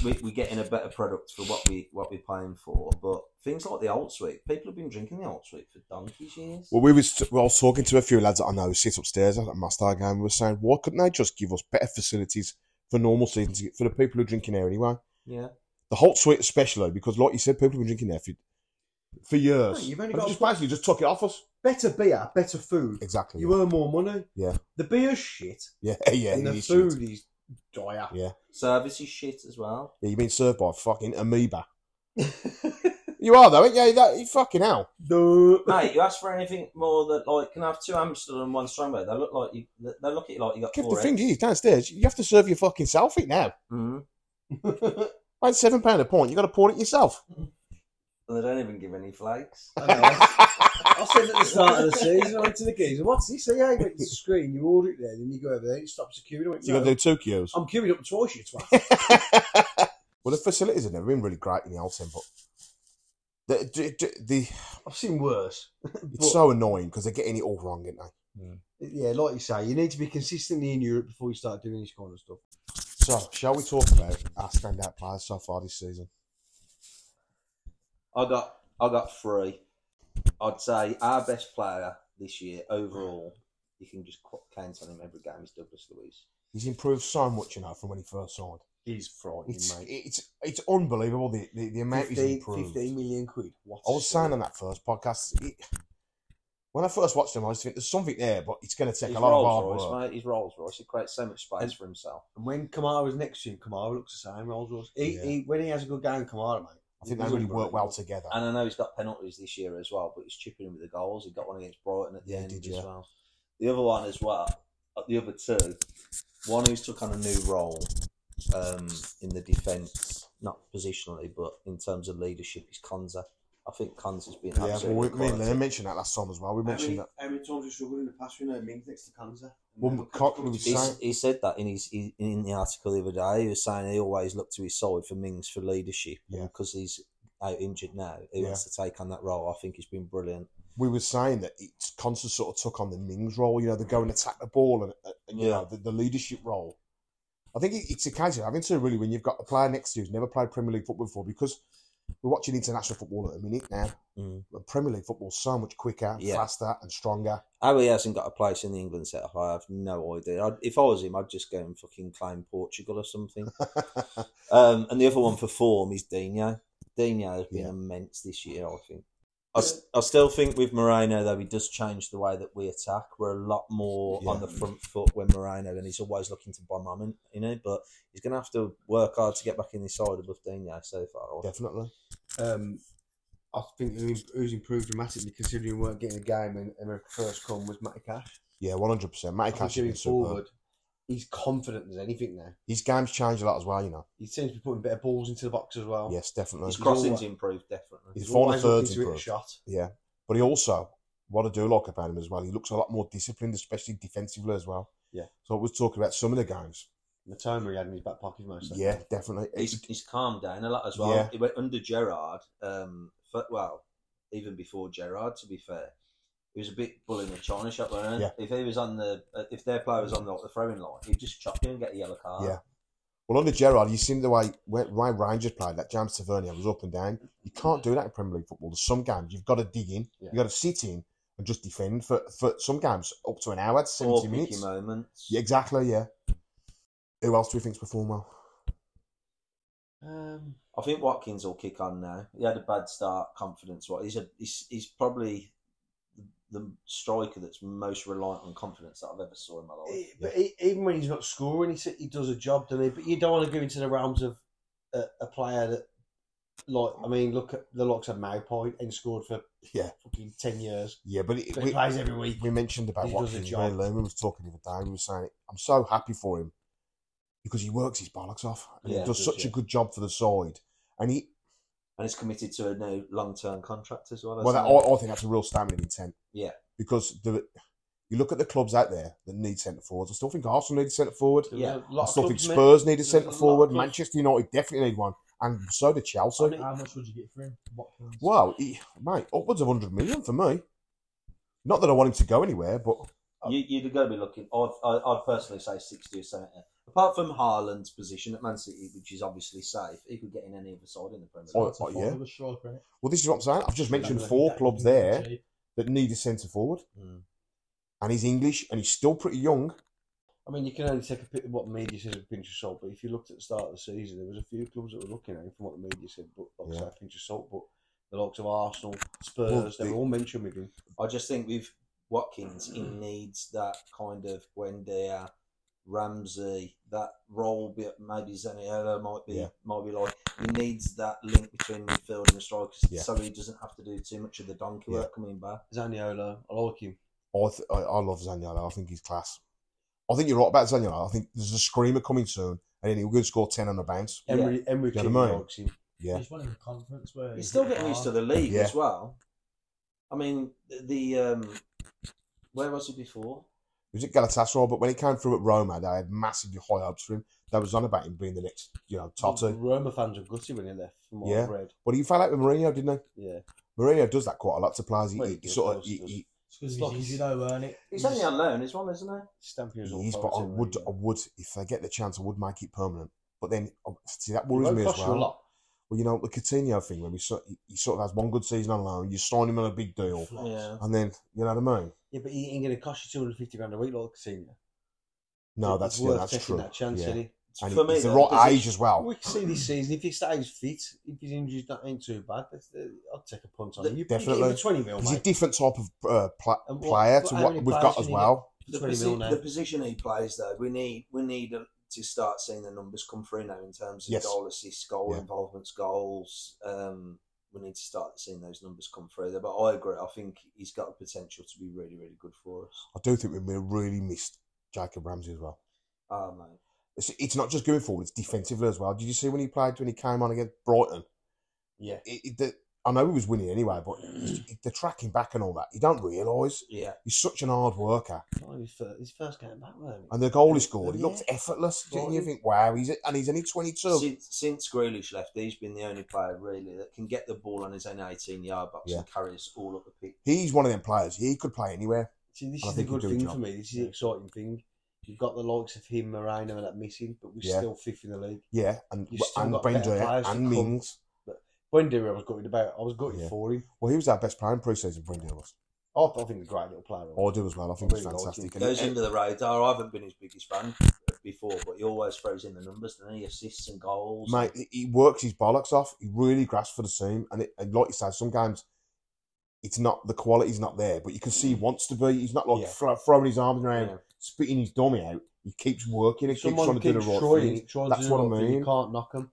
Speaker 2: we, we're getting a better product for what we what we're paying for. But things like the old sweet, people have been drinking the old sweet for donkey's years.
Speaker 1: Well, we was well, I was talking to a few lads that I know who sit upstairs at my star game. We were saying, why couldn't they just give us better facilities for normal season ticket for the people who are drinking there anyway?
Speaker 2: yeah,
Speaker 1: The Holt Suite, especially because, like you said, people have been drinking there for for years.
Speaker 3: Mate, you've only
Speaker 1: And
Speaker 3: got
Speaker 1: just
Speaker 3: to-
Speaker 1: basically just took it off us.
Speaker 3: Better beer, better food.
Speaker 1: Exactly.
Speaker 3: You earn more money.
Speaker 1: Yeah.
Speaker 3: The beer's shit,
Speaker 1: yeah, [LAUGHS] yeah, yeah.
Speaker 3: and
Speaker 1: it
Speaker 3: the
Speaker 1: is shit.
Speaker 3: food is dire.
Speaker 1: Yeah.
Speaker 2: service is shit as well.
Speaker 1: Yeah, you've been served by a fucking amoeba.
Speaker 3: [LAUGHS]
Speaker 1: you are though, ain't you? That you fucking hell.
Speaker 3: No.
Speaker 2: Mate, you ask for anything more than like can I have two Amstel and one Strongbow? They look like you. They they look at you like you got
Speaker 1: Kev,
Speaker 2: four.
Speaker 1: the thing is, downstairs, you have to serve your fucking self it now.
Speaker 2: hmm
Speaker 1: Right, seven pound a point. You got to pour it yourself. [LAUGHS]
Speaker 2: And they don't even give any flakes.
Speaker 3: [LAUGHS] I know. [LAUGHS] I said at the start of the season, I went to the geezer, what's this? So, yeah,
Speaker 1: [LAUGHS]
Speaker 3: you went to the screen, you order it there, then you go over there, it stops the queuing. I went,
Speaker 1: you got
Speaker 3: "No, Um,
Speaker 1: to do two queues.
Speaker 3: I'm queuing up twice,
Speaker 1: [LAUGHS]
Speaker 3: you twat.
Speaker 1: well, the facilities have never been really great in the old temple. The, the, the, the-
Speaker 3: I've seen worse.
Speaker 1: it's
Speaker 3: But-
Speaker 1: so annoying because they're getting it all wrong, aren't they?
Speaker 3: Yeah, like you say, you need to be consistently in Europe before you start doing this kind of stuff.
Speaker 1: So, shall we talk about our standout players so far this season?
Speaker 2: I got I got three. I'd say our best player this year overall. You can just qu- count on him every game. Is Douglas Luiz.
Speaker 1: He's improved so much, you know, from when he first signed.
Speaker 4: He's frightening,
Speaker 1: It's
Speaker 4: mate.
Speaker 1: it's it's unbelievable the, the, the amount he's
Speaker 3: 15,
Speaker 1: improved.
Speaker 3: 15 million quid. What
Speaker 1: I
Speaker 3: a
Speaker 1: was saying
Speaker 3: story.
Speaker 1: on that first podcast. It, when I first watched him, I just think there's something there, but it's going to take
Speaker 2: He's
Speaker 1: a lot of
Speaker 2: Rolls
Speaker 1: hard
Speaker 2: Royce,
Speaker 1: work.
Speaker 2: mate. He's Rolls Royce. He creates so much space
Speaker 3: And-
Speaker 2: for himself.
Speaker 3: And when Kamara was next to him, Kamara looks the same, Rolls Royce. He,
Speaker 1: Yeah.
Speaker 3: he, when he has a good game, Kamara, mate.
Speaker 1: I think they really work well together.
Speaker 2: And I know he's got penalties this year as well, but he's chipping in with the goals. He got one against Brighton at the
Speaker 1: Yeah, he
Speaker 2: end
Speaker 1: did,
Speaker 2: as
Speaker 1: yeah.
Speaker 2: well. The other one as well, uh, the other two, one who's took on a new role um, in the defence, not positionally, but in terms of leadership, is Konza. I think Konza's been
Speaker 1: yeah, well,
Speaker 2: absolutely
Speaker 1: we, me and
Speaker 2: quality.
Speaker 1: Liam mentioned that last time as well. We
Speaker 3: How
Speaker 1: mentioned
Speaker 3: many,
Speaker 1: that.
Speaker 3: how many times we struggled in the past with no Mings next to Kanza?
Speaker 1: Well, Cock- we
Speaker 2: He's-
Speaker 1: Sign-
Speaker 2: he said that in his in in the article the other day. He was saying he always looked to his side for Mings for leadership,
Speaker 1: Yeah.
Speaker 2: because he's out injured now, he
Speaker 1: Yeah.
Speaker 2: wants to take on that role. I think he's been brilliant.
Speaker 1: We were saying that it's Constance sort of took on the Mings role. You know, they go and attack the ball and, uh, and you
Speaker 2: Yeah.
Speaker 1: know the, the leadership role. I think it, it's a case of having to really when you've got a player next to you who's never played Premier League football before because we're watching international football at the minute now.
Speaker 2: Mm.
Speaker 1: But Premier League football's so much quicker,
Speaker 2: Yeah.
Speaker 1: faster, and
Speaker 3: [LAUGHS]
Speaker 1: stronger.
Speaker 2: How he hasn't got a place in the England setup, I have no idea. I'd, if I was him, I'd just go and fucking claim Portugal
Speaker 1: [LAUGHS]
Speaker 2: or something. um, and the other one for form is Dino. Dino has been
Speaker 1: Yeah.
Speaker 2: immense this year, I think. I, s- I still think with Moreno, though, he does change the way that we attack. We're a lot more on
Speaker 1: Yeah.
Speaker 2: the front foot when Moreno, and he's always looking to bomb on, you know, but he's going to have to work hard to get back in the side above Dino so far.
Speaker 1: Definitely.
Speaker 3: um, I think who- who's improved dramatically considering we weren't getting a game and, and her first come was Matty Cash.
Speaker 1: Yeah, one hundred percent. Matty
Speaker 3: I think
Speaker 1: Cash has
Speaker 3: going
Speaker 1: been superb.
Speaker 3: forward, he's confident as anything now.
Speaker 1: His game's changed a lot as well. You know.
Speaker 3: He seems to be putting better balls into the box as well.
Speaker 1: Yes, definitely.
Speaker 2: His crossing's
Speaker 3: always-
Speaker 2: improved, definitely.
Speaker 1: He's
Speaker 3: He's,
Speaker 1: final
Speaker 3: always
Speaker 1: third's
Speaker 3: looking to hit a
Speaker 1: improved.
Speaker 3: shot.
Speaker 1: Yeah, but he also what I do like about him as well. He looks a lot more disciplined, especially defensively as well.
Speaker 3: Yeah.
Speaker 1: So I was talking about some of the games.
Speaker 3: Matoma he had in his back pocket most. of the
Speaker 1: yeah,
Speaker 3: time.
Speaker 1: definitely.
Speaker 2: he's, he's calmed down a lot as well.
Speaker 1: Yeah.
Speaker 2: He went under Gerard. Um, for, well, even before Gerard, to be fair, he was a bit bullying the China shop. Wasn't he?
Speaker 1: Yeah.
Speaker 2: If he was on the, uh, if their player was on the, the throwing line, he'd just chop him and get a yellow card.
Speaker 1: Yeah. Well, under Gerard, you seen the way when when Rangers played that James Tavernier was up and down. You can't do that in Premier League football. There's some games you've got to dig in,
Speaker 3: Yeah.
Speaker 1: you've got to sit in and just defend for, for some games up to an hour, to 70
Speaker 2: Or picky
Speaker 1: minutes.
Speaker 2: moments.
Speaker 1: Yeah, exactly, yeah. Who else do we think's performed well?
Speaker 3: Um,
Speaker 2: I think Watkins will kick on now. He had a bad start, confidence. What he's a, he's, he's probably the striker that's most reliant on confidence that I've ever saw in my life.
Speaker 3: he- but he, even when he's not scoring, he, he does a job, doesn't he? But you don't want to go into the realms of a, a player that, like, I mean, look at the likes of Maupoint and scored for
Speaker 1: Yeah.
Speaker 3: fucking ten years.
Speaker 1: Yeah, but it,
Speaker 3: But he plays every week.
Speaker 1: we mentioned about
Speaker 3: He does a
Speaker 1: Watkins.
Speaker 3: job.
Speaker 1: Ray Lerman was talking the other day. We were saying, I'm so happy for him because he works his bollocks off and
Speaker 2: Yeah,
Speaker 1: he
Speaker 2: he
Speaker 1: does
Speaker 3: does,
Speaker 1: such a
Speaker 3: yeah.
Speaker 1: good job for the side. And he,
Speaker 2: And he's committed to a new long-term contract as well.
Speaker 1: well, that,
Speaker 2: hasn't
Speaker 1: I, I think that's a real statement of intent.
Speaker 2: Yeah.
Speaker 1: Because the, you look at the clubs out there that need centre forwards. I still think Arsenal need a centre forward.
Speaker 3: There
Speaker 2: Yeah.
Speaker 3: was a
Speaker 1: I
Speaker 3: lot of
Speaker 1: still think
Speaker 3: clubs, mate.
Speaker 1: Spurs need a
Speaker 3: There's a
Speaker 1: centre
Speaker 3: lot of
Speaker 1: forward.
Speaker 3: clubs.
Speaker 1: Manchester United definitely need one, and so did
Speaker 4: So
Speaker 1: Chelsea.
Speaker 4: how much would you get for him? Watkins?
Speaker 1: Wow, he, mate, upwards of hundred million for me. Not that I want him to go anywhere, but
Speaker 2: You, you'd got to be looking. I'd, I- I'd personally say sixty or seventy. apart from Haaland's position at Man City, which is obviously safe, he could get in any other side in the Premier League.
Speaker 1: Oh, oh, yeah. Well, this is what I'm saying. I've just mentioned four clubs there that need a centre forward,
Speaker 2: Mm.
Speaker 1: and he's English and he's still pretty young.
Speaker 3: I mean, you can only take a bit of what media says with a pinch of salt, but if you looked at the start of the season, there was a few clubs that were looking at him from what the media said, but like I
Speaker 1: Yeah.
Speaker 3: say, a pinch of salt. But the likes of Arsenal, Spurs,
Speaker 1: Well,
Speaker 3: they
Speaker 1: the-
Speaker 3: were all mentioned with him.
Speaker 2: I just think with Watkins, he
Speaker 1: Mm.
Speaker 2: needs that kind of Wendia, Ramsey, that role. bit- Maybe Zaniolo might be
Speaker 1: Yeah.
Speaker 2: might be like he needs that link between midfield and the strikers,
Speaker 1: Yeah.
Speaker 2: so he doesn't have to do too much of the donkey
Speaker 1: Yeah.
Speaker 2: work coming back.
Speaker 3: Zaniola, I like him.
Speaker 1: I, th- I, I love Zaniolo. I think he's class. I think you're right about Zaniolo. I think there's a screamer coming soon, and then he'll go and score ten on the bounce.
Speaker 2: Yeah.
Speaker 3: Emery, Emery
Speaker 1: Yeah,
Speaker 3: King
Speaker 1: the man.
Speaker 3: likes him.
Speaker 1: Yeah.
Speaker 4: He's one in the conference where
Speaker 2: He's still getting used to the league
Speaker 1: Yeah.
Speaker 2: as well. I mean, the, the um, where was he before?
Speaker 1: He was at Galatasaray, but when he came through at Roma, they had massively high hopes for him. They was on about him being the next, you know,
Speaker 3: The
Speaker 1: Totti.
Speaker 3: Roma fans are gutty when he left, from what
Speaker 1: Yeah.
Speaker 3: I've read.
Speaker 1: But he fell out with Mourinho, didn't he?
Speaker 3: Yeah.
Speaker 1: Mourinho does that quite a lot to players. He,
Speaker 3: Well,
Speaker 1: he,
Speaker 3: he does,
Speaker 1: sort of,
Speaker 3: does,
Speaker 1: he,
Speaker 3: does.
Speaker 1: he,
Speaker 4: because
Speaker 3: Stop.
Speaker 4: he's easy though, weren't it?
Speaker 2: He's only on loan, is one, isn't he?
Speaker 3: Stamping his
Speaker 1: he is, but I would, I would, if they get the chance, I would make it permanent. But then, uh, see, that worries me as
Speaker 3: cost you a
Speaker 1: well.
Speaker 3: lot.
Speaker 1: Well, you know, the Coutinho thing, when we sort, he, he sort of has one good season on loan, you sign him on a big deal,
Speaker 4: Flops.
Speaker 2: Yeah.
Speaker 1: and then, you know what I mean?
Speaker 3: Yeah, but he ain't going to cost you 250 grand a week like Coutinho.
Speaker 1: No,
Speaker 3: It's
Speaker 1: that's yeah,
Speaker 3: worth
Speaker 1: that's
Speaker 3: taking
Speaker 1: true.
Speaker 3: That chance,
Speaker 1: yeah.
Speaker 3: isn't it?
Speaker 1: And
Speaker 2: For
Speaker 1: he-
Speaker 2: me,
Speaker 1: he's the
Speaker 2: that
Speaker 1: right
Speaker 2: position-
Speaker 1: age as well.
Speaker 3: We can see this season if he stays fit, if his injuries don't ain't too bad, that's the, I'll take a punt on him. You
Speaker 1: Definitely.
Speaker 3: definitely him for twenty mil,
Speaker 1: He's a
Speaker 3: mate.
Speaker 1: different type of uh, pla-
Speaker 3: And what-
Speaker 1: player
Speaker 3: what-
Speaker 1: to
Speaker 3: how
Speaker 1: what
Speaker 3: many
Speaker 1: we've
Speaker 3: players
Speaker 1: got
Speaker 3: can
Speaker 1: as
Speaker 3: you
Speaker 1: well.
Speaker 2: The,
Speaker 3: For twenty mil
Speaker 2: posi-
Speaker 3: now.
Speaker 2: the position he plays, though, we need we need to start seeing the numbers come through now in terms of
Speaker 1: Yes.
Speaker 2: goal assists, goal
Speaker 1: Yeah.
Speaker 2: involvements, goals. Um, we need to start seeing those numbers come through there. But I agree. I think he's got the potential to be really, really good for us.
Speaker 1: I do think we we really missed Jacob Ramsey as well.
Speaker 2: Ah, mate.
Speaker 1: It's, it's not just going forward; it's defensively as well. Did you see when he played when he came on against Brighton?
Speaker 3: Yeah.
Speaker 1: It, it, the, I know he was winning anyway, but it- the tracking back and all that, you don't realise
Speaker 2: Yeah.
Speaker 1: he's such an hard worker.
Speaker 3: Oh, his, first, his first game back, wasn't it?
Speaker 1: And the goal he scored, he looked
Speaker 3: Yeah.
Speaker 1: effortless. Didn't you
Speaker 3: Right.
Speaker 1: think, wow, he's and he's only twenty two.
Speaker 2: Since, since Grealish left, he's been the only player really that can get the ball on his own 18 yard box and carry us all up the pitch.
Speaker 1: He's one of them players. He could play anywhere.
Speaker 3: See, this
Speaker 1: I
Speaker 3: is the
Speaker 1: think he'll
Speaker 3: good
Speaker 1: do the
Speaker 3: thing
Speaker 1: job.
Speaker 3: for me. This is
Speaker 1: Yeah.
Speaker 3: the exciting thing. You've got the likes of him, Moreno, and that missing, but we're
Speaker 1: Yeah.
Speaker 3: still fifth in the league.
Speaker 1: Yeah, and
Speaker 3: You've still
Speaker 1: and
Speaker 3: got better
Speaker 1: Brenda
Speaker 3: players to
Speaker 1: and
Speaker 3: come.
Speaker 1: Mings.
Speaker 3: Buendia, I was gutted about. I was gutted
Speaker 1: Yeah.
Speaker 3: for him.
Speaker 1: Well, he was our best player in pre-season. Brenda was.
Speaker 3: I, I think he's a great little player.
Speaker 1: I do as well. I think he's
Speaker 3: Really like him.
Speaker 1: fantastic. And
Speaker 2: Goes
Speaker 1: he-
Speaker 2: under the radar. I haven't been his biggest fan before, but he always throws in the numbers, doesn't he? Assists and goals.
Speaker 1: Mate, he- he works his bollocks off. He really grasps for the team, and, it, and like you said, sometimes it's not the quality's not there, but you can see he wants to be. He's not like
Speaker 3: Mm. Yeah.
Speaker 1: thro- throwing his arms around,
Speaker 2: Yeah.
Speaker 1: spitting his dummy out. He keeps working. He keeps
Speaker 3: Someone
Speaker 1: trying to do the
Speaker 3: keeps
Speaker 1: right
Speaker 3: trying.
Speaker 1: thing.
Speaker 3: it, tries
Speaker 1: That's
Speaker 3: to do the
Speaker 1: what I
Speaker 3: right thing, You
Speaker 1: mean.
Speaker 3: can't knock him.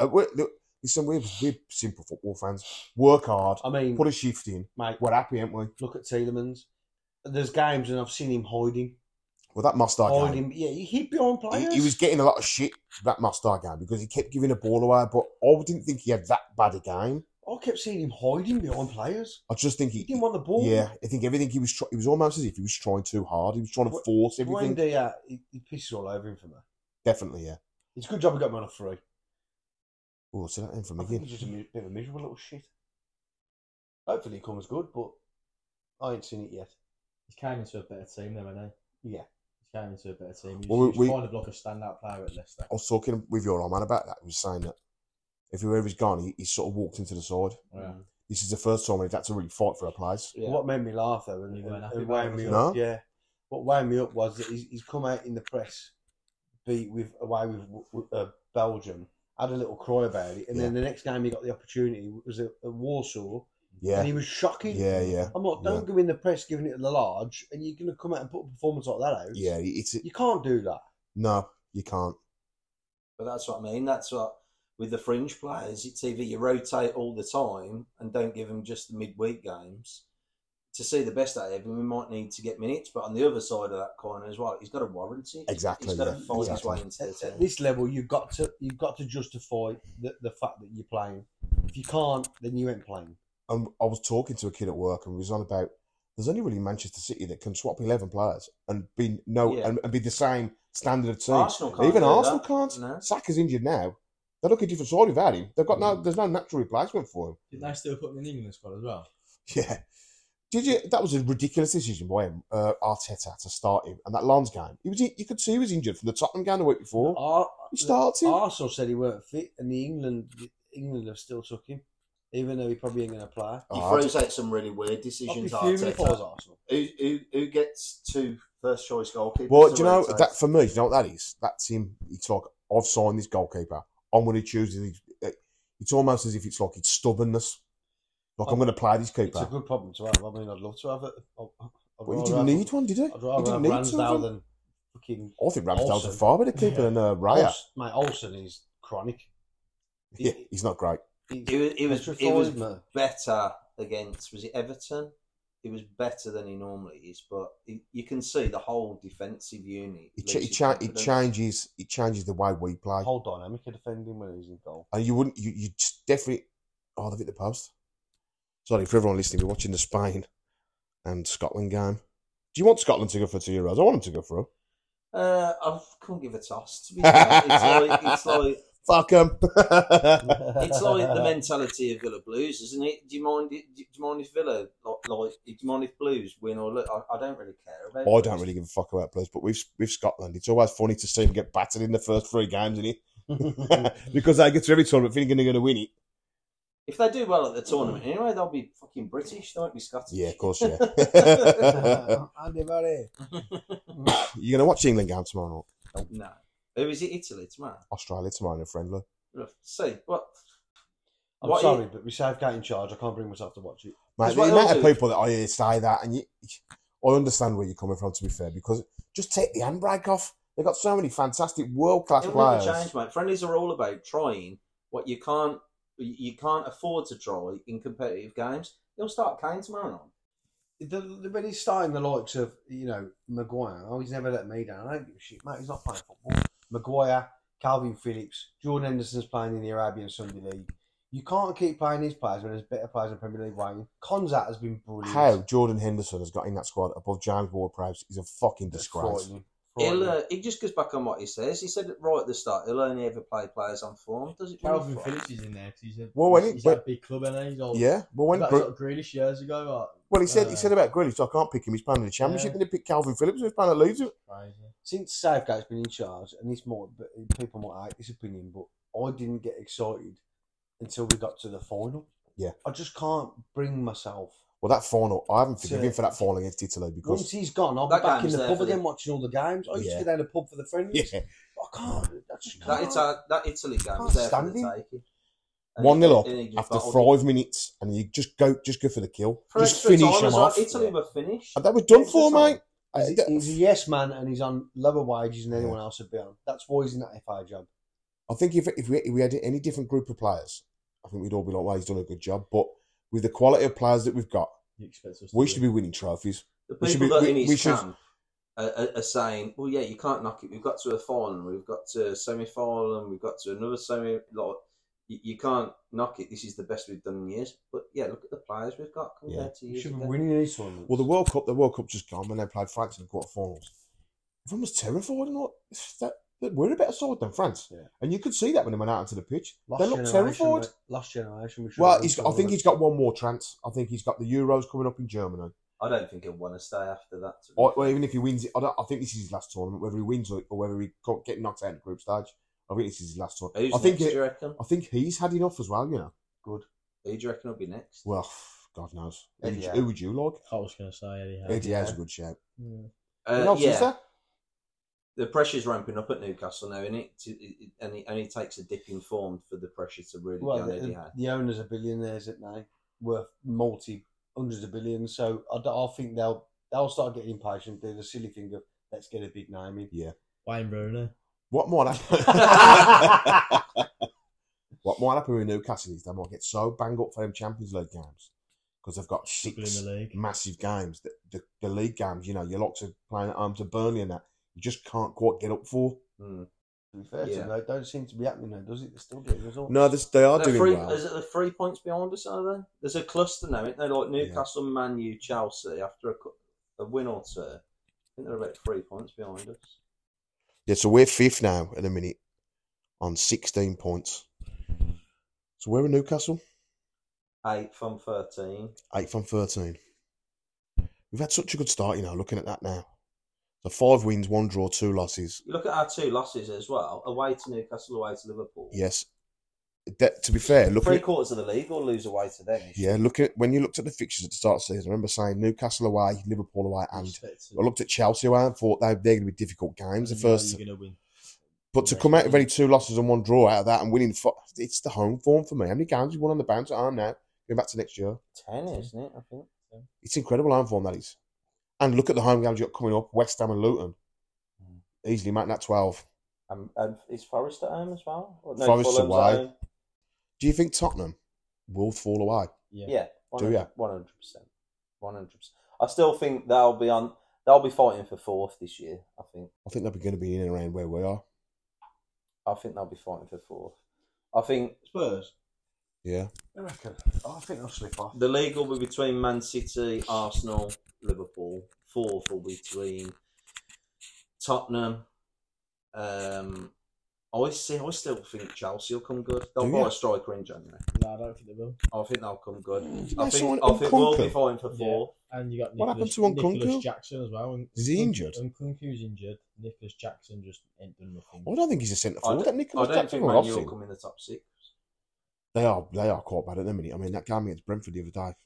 Speaker 1: Uh, we're, look, listen, we're, we're simple football fans. Work hard,
Speaker 3: I mean,
Speaker 1: put a shift in.
Speaker 3: mate,
Speaker 1: We're happy, aren't we?
Speaker 3: look at Tielemans. There's games and I've seen him hiding.
Speaker 1: Well, that Mustard game,
Speaker 3: Hiding. Yeah, he hid behind players.
Speaker 1: he, he was getting a lot of shit that Mustard game because he kept giving the ball away. But I didn't think he had that bad a game.
Speaker 3: I kept seeing him hiding behind players.
Speaker 1: I just think
Speaker 3: He didn't want the ball.
Speaker 1: Yeah, I think everything he was try- he was almost as if he was trying too hard. He was trying to
Speaker 3: Wh-
Speaker 1: force everything.
Speaker 3: When they, uh, he, he pisses all over him for me.
Speaker 1: Definitely, yeah.
Speaker 3: It's a good job we got him on a three.
Speaker 1: Oh, see that in from
Speaker 3: I think he's
Speaker 1: again.
Speaker 3: just a mi- bit of a miserable little shit. Hopefully he comes good, but I ain't seen it yet.
Speaker 4: He came into a better team though, hasn't he?
Speaker 3: Yeah.
Speaker 4: He came into a better team. He's,
Speaker 1: Well, we-
Speaker 4: he's
Speaker 1: we- Oh.
Speaker 4: kind of like a standout player at Leicester.
Speaker 1: I was talking with your old man about that. He was saying that if whoever he's gone, he, he sort of walked into the side.
Speaker 4: Yeah.
Speaker 1: This is the first time when he's had to really fight for a place.
Speaker 2: Yeah.
Speaker 3: What made me laugh though, and,
Speaker 4: You weren't
Speaker 3: and-
Speaker 4: happy
Speaker 3: and
Speaker 4: about
Speaker 3: wound
Speaker 4: it,
Speaker 3: me
Speaker 1: was
Speaker 3: up, yeah. What wound me up was that he's, he's come out in the press, beat with away with, with uh, Belgium, had a little cry about it, and then the next game he got the opportunity was at, at Warsaw,
Speaker 1: Yeah,
Speaker 3: and he was shocking.
Speaker 1: yeah, yeah,
Speaker 3: I'm like, don't go in the press giving it the large, and you're going to come out and put a performance like that out.
Speaker 1: yeah. he- It's
Speaker 3: You can't do that.
Speaker 1: no, you can't.
Speaker 2: But that's what I mean. That's what with the fringe players, it's either you rotate all the time and don't give them just the midweek games. To see the best out of him, we might need to get minutes. But on the other side of that corner as well, he's got to warrant it.
Speaker 1: Exactly,
Speaker 2: He's got
Speaker 1: yeah,
Speaker 2: to fight his
Speaker 1: exactly.
Speaker 2: way into the
Speaker 3: At, at
Speaker 2: team.
Speaker 3: this level, you've got to you've got to justify the, the fact that you're playing. If you can't, then you ain't playing.
Speaker 1: And I was talking to a kid at work, and he was on about there's only really Manchester City that can swap eleven players and be no
Speaker 2: Yeah.
Speaker 1: and, and be the same standard of team.
Speaker 2: Arsenal can't
Speaker 1: Even
Speaker 2: do
Speaker 1: Arsenal
Speaker 2: that.
Speaker 1: can't.
Speaker 2: No.
Speaker 1: Saka's injured now. They look a different side without
Speaker 2: Mm.
Speaker 1: him. [LAUGHS] They've got no. There's no natural replacement for him.
Speaker 4: Didn't they still put him in the England squad as well?
Speaker 1: Yeah. Did you? That was a ridiculous decision by him, uh, Arteta, to start him. And that Lons game, he was in- you could see he was injured from the Tottenham game the week before.
Speaker 3: Ar-
Speaker 1: He started.
Speaker 3: Arsenal said he weren't fit, and the England England have still took him, even though he probably ain't going to play.
Speaker 2: He
Speaker 1: Oh,
Speaker 2: throws out some really weird
Speaker 3: I'd be
Speaker 2: decisions.
Speaker 3: fuming if I was
Speaker 2: Arteta.
Speaker 3: Arsenal.
Speaker 2: Who, who who gets two first choice goalkeepers?
Speaker 1: Well,
Speaker 2: to
Speaker 1: do you know
Speaker 2: rotate?
Speaker 1: that for me? Do you know what that is? That's him. It's like I've signed this goalkeeper. I'm going to choose. this- uh, It's almost as if it's like it's stubbornness. Like I'm
Speaker 3: Oh,
Speaker 1: going to play this
Speaker 3: It's a
Speaker 1: keeper.
Speaker 3: good problem to have. I mean, I'd love to have it. I- I- I'd
Speaker 1: Well, he
Speaker 3: rather
Speaker 1: didn't
Speaker 3: have-
Speaker 1: need one, did he?
Speaker 3: I'd
Speaker 1: He
Speaker 3: rather have
Speaker 1: didn't need two.
Speaker 3: Ramsdale
Speaker 1: of them.
Speaker 3: than fucking
Speaker 1: I think Ramsdale's a
Speaker 3: Olsen.
Speaker 1: far better keeper than uh, Raya.
Speaker 3: Ols- mate. Olsen is chronic.
Speaker 1: Yeah, he's not great.
Speaker 2: he was he was, he was
Speaker 3: petrified me.
Speaker 2: better against was it Everton? He was better than he normally is, but he, you can see the whole defensive unit.
Speaker 1: It, ch-
Speaker 2: loses
Speaker 1: it, cha- it
Speaker 2: confidence.
Speaker 1: changes. It changes the way we play.
Speaker 3: whole dynamic of defending when he's in goal.
Speaker 1: and you wouldn't you you just definitely oh they've hit the post. Sorry for everyone listening, we're watching the Spain and Scotland game. Do you want Scotland to go for two euros? I want them to go for 'em.
Speaker 2: Uh, I couldn't give a toss. To be fair. It's like it's like
Speaker 1: Fuck 'em. [LAUGHS]
Speaker 2: it's like the mentality of Villa Blues, isn't it? Do you mind? Do you mind if Villa like, like do you mind if Blues win or look? I, I don't really care about.
Speaker 1: Oh, I
Speaker 2: Blues.
Speaker 1: don't really give a fuck about players, but with with Scotland, it's always funny to see them get battered in the first three games, isn't it? [LAUGHS] because they get to every tournament thinking they're going to win it.
Speaker 2: If they do well at the tournament, anyway, they'll be fucking British. They won't be Scottish.
Speaker 1: Yeah, of course, yeah.
Speaker 3: [LAUGHS] Andy Murray.
Speaker 1: [COUGHS] You're going to watch the England game tomorrow, night?
Speaker 2: No. Who is it? Italy tomorrow.
Speaker 1: Australia tomorrow, in a friendly.
Speaker 2: See what?
Speaker 3: I'm
Speaker 2: What
Speaker 3: sorry, but we Southgate in charge. I can't bring myself to watch it.
Speaker 1: Mate,
Speaker 2: That's
Speaker 1: the
Speaker 2: what
Speaker 1: amount of
Speaker 2: they'll do.
Speaker 1: people that I hear say that, and you, I understand where you're coming from, to be fair, because just take the handbrake off. They've got so many fantastic world class
Speaker 2: It will never
Speaker 1: players.
Speaker 2: change, mate. Friendlies are all about trying what you can't you can't afford to try in competitive games. They'll start Kane tomorrow night.
Speaker 3: The, the, when he's starting the likes of you know Maguire, oh he's never let me down. I don't give a shit, mate. He's not playing football. Maguire, Calvin Phillips, Jordan Henderson's playing in the Arabian Sunday League. You can't keep playing these players when there's better players in the Premier League. Wayne Konzat has been brilliant.
Speaker 1: How Jordan Henderson has got in that squad above James Ward Prowse is a fucking
Speaker 3: It's
Speaker 1: disgrace.
Speaker 3: frightening.
Speaker 2: He'll,
Speaker 3: Frightening.
Speaker 2: uh, he just goes back on what he says. He said it right at the start, he'll only ever play players on form. Does it?
Speaker 4: Calvin
Speaker 2: matter?
Speaker 4: Phillips is in there because he's a
Speaker 1: Oh, Well, when he-
Speaker 4: he's
Speaker 1: when-
Speaker 4: at a big club and he's old.
Speaker 1: Yeah, well, when
Speaker 4: That's
Speaker 1: Gre-
Speaker 4: like Grealish years ago.
Speaker 1: well, he said he
Speaker 4: uh,
Speaker 1: said about Grealish, I can't pick him. He's playing in the championship.
Speaker 4: Yeah.
Speaker 1: Then he picked Calvin Phillips, who's playing at Leeds.
Speaker 4: Like, crazy.
Speaker 3: since Southgate's been in charge, and this might but people might hate this opinion, but I didn't get excited until we got to the final.
Speaker 1: Yeah.
Speaker 3: I just can't bring myself.
Speaker 1: Well, that final, I haven't forgiven
Speaker 3: Yeah.
Speaker 1: him for that final against Italy
Speaker 3: Once
Speaker 1: because
Speaker 3: he's gone, I'll be
Speaker 2: That
Speaker 3: back in
Speaker 2: game's
Speaker 3: the
Speaker 2: there
Speaker 3: pub
Speaker 2: for
Speaker 3: again
Speaker 2: the-
Speaker 3: watching all the games. I used
Speaker 1: Yeah.
Speaker 3: to go down the pub for the
Speaker 1: [LAUGHS]
Speaker 3: friendlies.
Speaker 1: yeah,
Speaker 3: But I can't. I just
Speaker 2: That,
Speaker 3: can't.
Speaker 2: Ita- that Italy game was there for the
Speaker 3: Standing.
Speaker 2: taking. And
Speaker 1: one
Speaker 2: he-
Speaker 1: 0 up
Speaker 2: and he just
Speaker 1: after
Speaker 2: bottled it.
Speaker 1: five minutes, and you just go, just go for the kill,
Speaker 2: For
Speaker 1: just
Speaker 2: extra time
Speaker 1: finish
Speaker 2: as
Speaker 1: him
Speaker 2: well,
Speaker 1: off.
Speaker 2: Italy were finished.
Speaker 1: And that was done
Speaker 2: Extra
Speaker 1: for,
Speaker 2: time.
Speaker 1: mate. Uh,
Speaker 3: He's,
Speaker 1: that-
Speaker 3: he's a yes man, and he's on lower wages than anyone else would be on. That's why he's in that FA job.
Speaker 1: I think if if we, if we had any different group of players, I think we'd all be like, "Well, he's done a good job." But with the quality of players that we've got,
Speaker 4: You expect us
Speaker 1: we
Speaker 4: to
Speaker 1: should
Speaker 4: win.
Speaker 1: be winning trophies.
Speaker 2: The
Speaker 1: We should
Speaker 2: people
Speaker 1: be-
Speaker 2: that are
Speaker 1: we-
Speaker 2: in
Speaker 1: we
Speaker 2: his
Speaker 1: should-
Speaker 2: camp are, are, are saying, "Well, yeah, you can't knock it. We've got to a final, we've got to a semi-final, and we've got to another semi. Like, you, you can't knock it. This is the best we've done in years." But yeah, look at the players we've got compared
Speaker 1: Yeah.
Speaker 2: to
Speaker 3: We
Speaker 2: years
Speaker 3: should
Speaker 2: ago.
Speaker 3: be winning these tournaments.
Speaker 1: Well, the World Cup, the World Cup just gone when they played France in the quarterfinals. Everyone was terrified, and like that, that we're a better side than France,
Speaker 3: Yeah.
Speaker 1: and you could see that when they went out onto the pitch.
Speaker 3: Lost
Speaker 1: they looked
Speaker 3: generation,
Speaker 1: terrified.
Speaker 3: mate. Lost generation. We should have
Speaker 1: Well,
Speaker 3: won
Speaker 1: he's, I think
Speaker 3: tournaments.
Speaker 1: he's got one more chance. I think he's got the Euros coming up in Germany.
Speaker 2: I don't think he'll want to stay after that. to be
Speaker 1: Or,
Speaker 2: fair.
Speaker 1: or even if he wins it, I, don't, I think this is his last tournament. Whether he wins or, or whether he co- get knocked out in the group stage, I think this is his last tournament.
Speaker 2: Who's
Speaker 1: I think
Speaker 2: next?
Speaker 1: it-
Speaker 2: do you reckon?
Speaker 1: I think he's had enough as well. You know.
Speaker 2: Who do you reckon will be next?
Speaker 1: Well, [SIGHS] God knows. Who,
Speaker 3: Eddie
Speaker 1: would you-
Speaker 3: Howe.
Speaker 1: who would you like?
Speaker 4: I was going to say Eddie Howe.
Speaker 1: Eddie Howe's a good shout.
Speaker 4: Yeah.
Speaker 1: You
Speaker 2: Uh,
Speaker 1: know,
Speaker 2: yeah,
Speaker 1: sister?
Speaker 2: the pressure's ramping up at Newcastle now, isn't it? To- it- it- And it, and it takes a dip in form for the pressure to really
Speaker 3: Well,
Speaker 2: go
Speaker 3: the,
Speaker 2: Eddie Howe.
Speaker 3: the owners are billionaires, aren't they? Worth multi hundreds of billions. So I, d- I think they'll they'll start getting impatient. Do the silly thing of let's get a big name in.
Speaker 4: Wayne Rooney.
Speaker 1: What
Speaker 4: [LAUGHS]
Speaker 1: might happen? [LAUGHS] what might happen with Newcastle is they might get so bang up for them Champions League games because they've got
Speaker 4: Still
Speaker 1: six
Speaker 4: in the league.
Speaker 1: massive games. The, the, the league games, you know, you're locked to playing at home to Burnley and that. You just can't quite get up for.
Speaker 2: Hmm.
Speaker 3: To be fair to
Speaker 2: Yeah.
Speaker 3: them, they don't seem to be happening though, does it? They're still getting results.
Speaker 1: No, this, they are
Speaker 2: They're
Speaker 1: doing
Speaker 2: three,
Speaker 1: well.
Speaker 2: Is it the three points behind us? Are they? There's a cluster now, isn't there? Like Newcastle, Man U, Chelsea. After a, cou- a win or two, I think they're about three points behind us.
Speaker 1: Yeah, so we're fifth now at the minute on 16 points. So we're in Newcastle,
Speaker 2: Eight from thirteen.
Speaker 1: eight from 13. We've had such a good start, you know, looking at that now. So five wins, one draw, two losses.
Speaker 2: You look at our two losses as well away to Newcastle, away to Liverpool.
Speaker 1: Yes. That, to be fair, looking
Speaker 2: Three
Speaker 1: at,
Speaker 2: quarters of the league will lose away to them.
Speaker 1: yeah, looking at, when you looked at the fixtures at the start of the season, I remember saying Newcastle away, Liverpool away, and I looked at Chelsea away and thought they, they're going to be difficult games. The first,
Speaker 4: You're gonna win.
Speaker 1: but to come out with only two losses and one draw out of that and winning, fo- it's the home form for me. How many games you won on the bounce at home now? Going back to next year,
Speaker 2: Ten, isn't it? I think.
Speaker 1: it's incredible home form that is. And look at the home games you got coming up: West Ham and Luton. Easily making that twelve.
Speaker 2: Um, and is Forest at home as well? Or
Speaker 1: Forest
Speaker 2: Fulham's
Speaker 1: away.
Speaker 2: at home?
Speaker 1: Do you think Tottenham will fall away?
Speaker 4: Yeah.
Speaker 2: Yeah,
Speaker 1: Do ya?
Speaker 2: one hundred percent, one hundred percent. I still think they'll be on. They'll be fighting for fourth this year. I think.
Speaker 1: I think they're going to be in and around where we are.
Speaker 2: I think they'll be fighting for fourth. I think
Speaker 3: Spurs.
Speaker 1: Yeah,
Speaker 3: I reckon. Oh, I think they'll slip off.
Speaker 2: the league will be between Man City, Arsenal, Liverpool. Fourth will be between Tottenham. Um, I see. I still think Chelsea will come good. They'll
Speaker 1: Do
Speaker 2: buy
Speaker 1: ya?
Speaker 2: a striker in January.
Speaker 4: No, I don't think they will.
Speaker 2: I think they'll come good.
Speaker 1: Didn't
Speaker 2: I
Speaker 1: they sign
Speaker 2: think. I think we'll be
Speaker 1: Mm. Nkunku?
Speaker 2: fighting for
Speaker 4: Yeah.
Speaker 2: fourth.
Speaker 4: And you got
Speaker 1: What
Speaker 4: Nicholas,
Speaker 1: happened to Nkunku?
Speaker 4: Nicholas Jackson as well.
Speaker 1: Is he injured?
Speaker 4: Nkunku's injured. Nicholas Jackson just ain't done nothing.
Speaker 1: I don't think he's a centre forward. That
Speaker 2: I
Speaker 1: Nicholas
Speaker 2: don't
Speaker 1: Jackson
Speaker 2: think
Speaker 1: were
Speaker 2: Man
Speaker 1: off
Speaker 2: U will
Speaker 1: soon.
Speaker 2: come in the top six.
Speaker 1: They are they are quite bad at the minute. I mean, that game against Brentford the other day,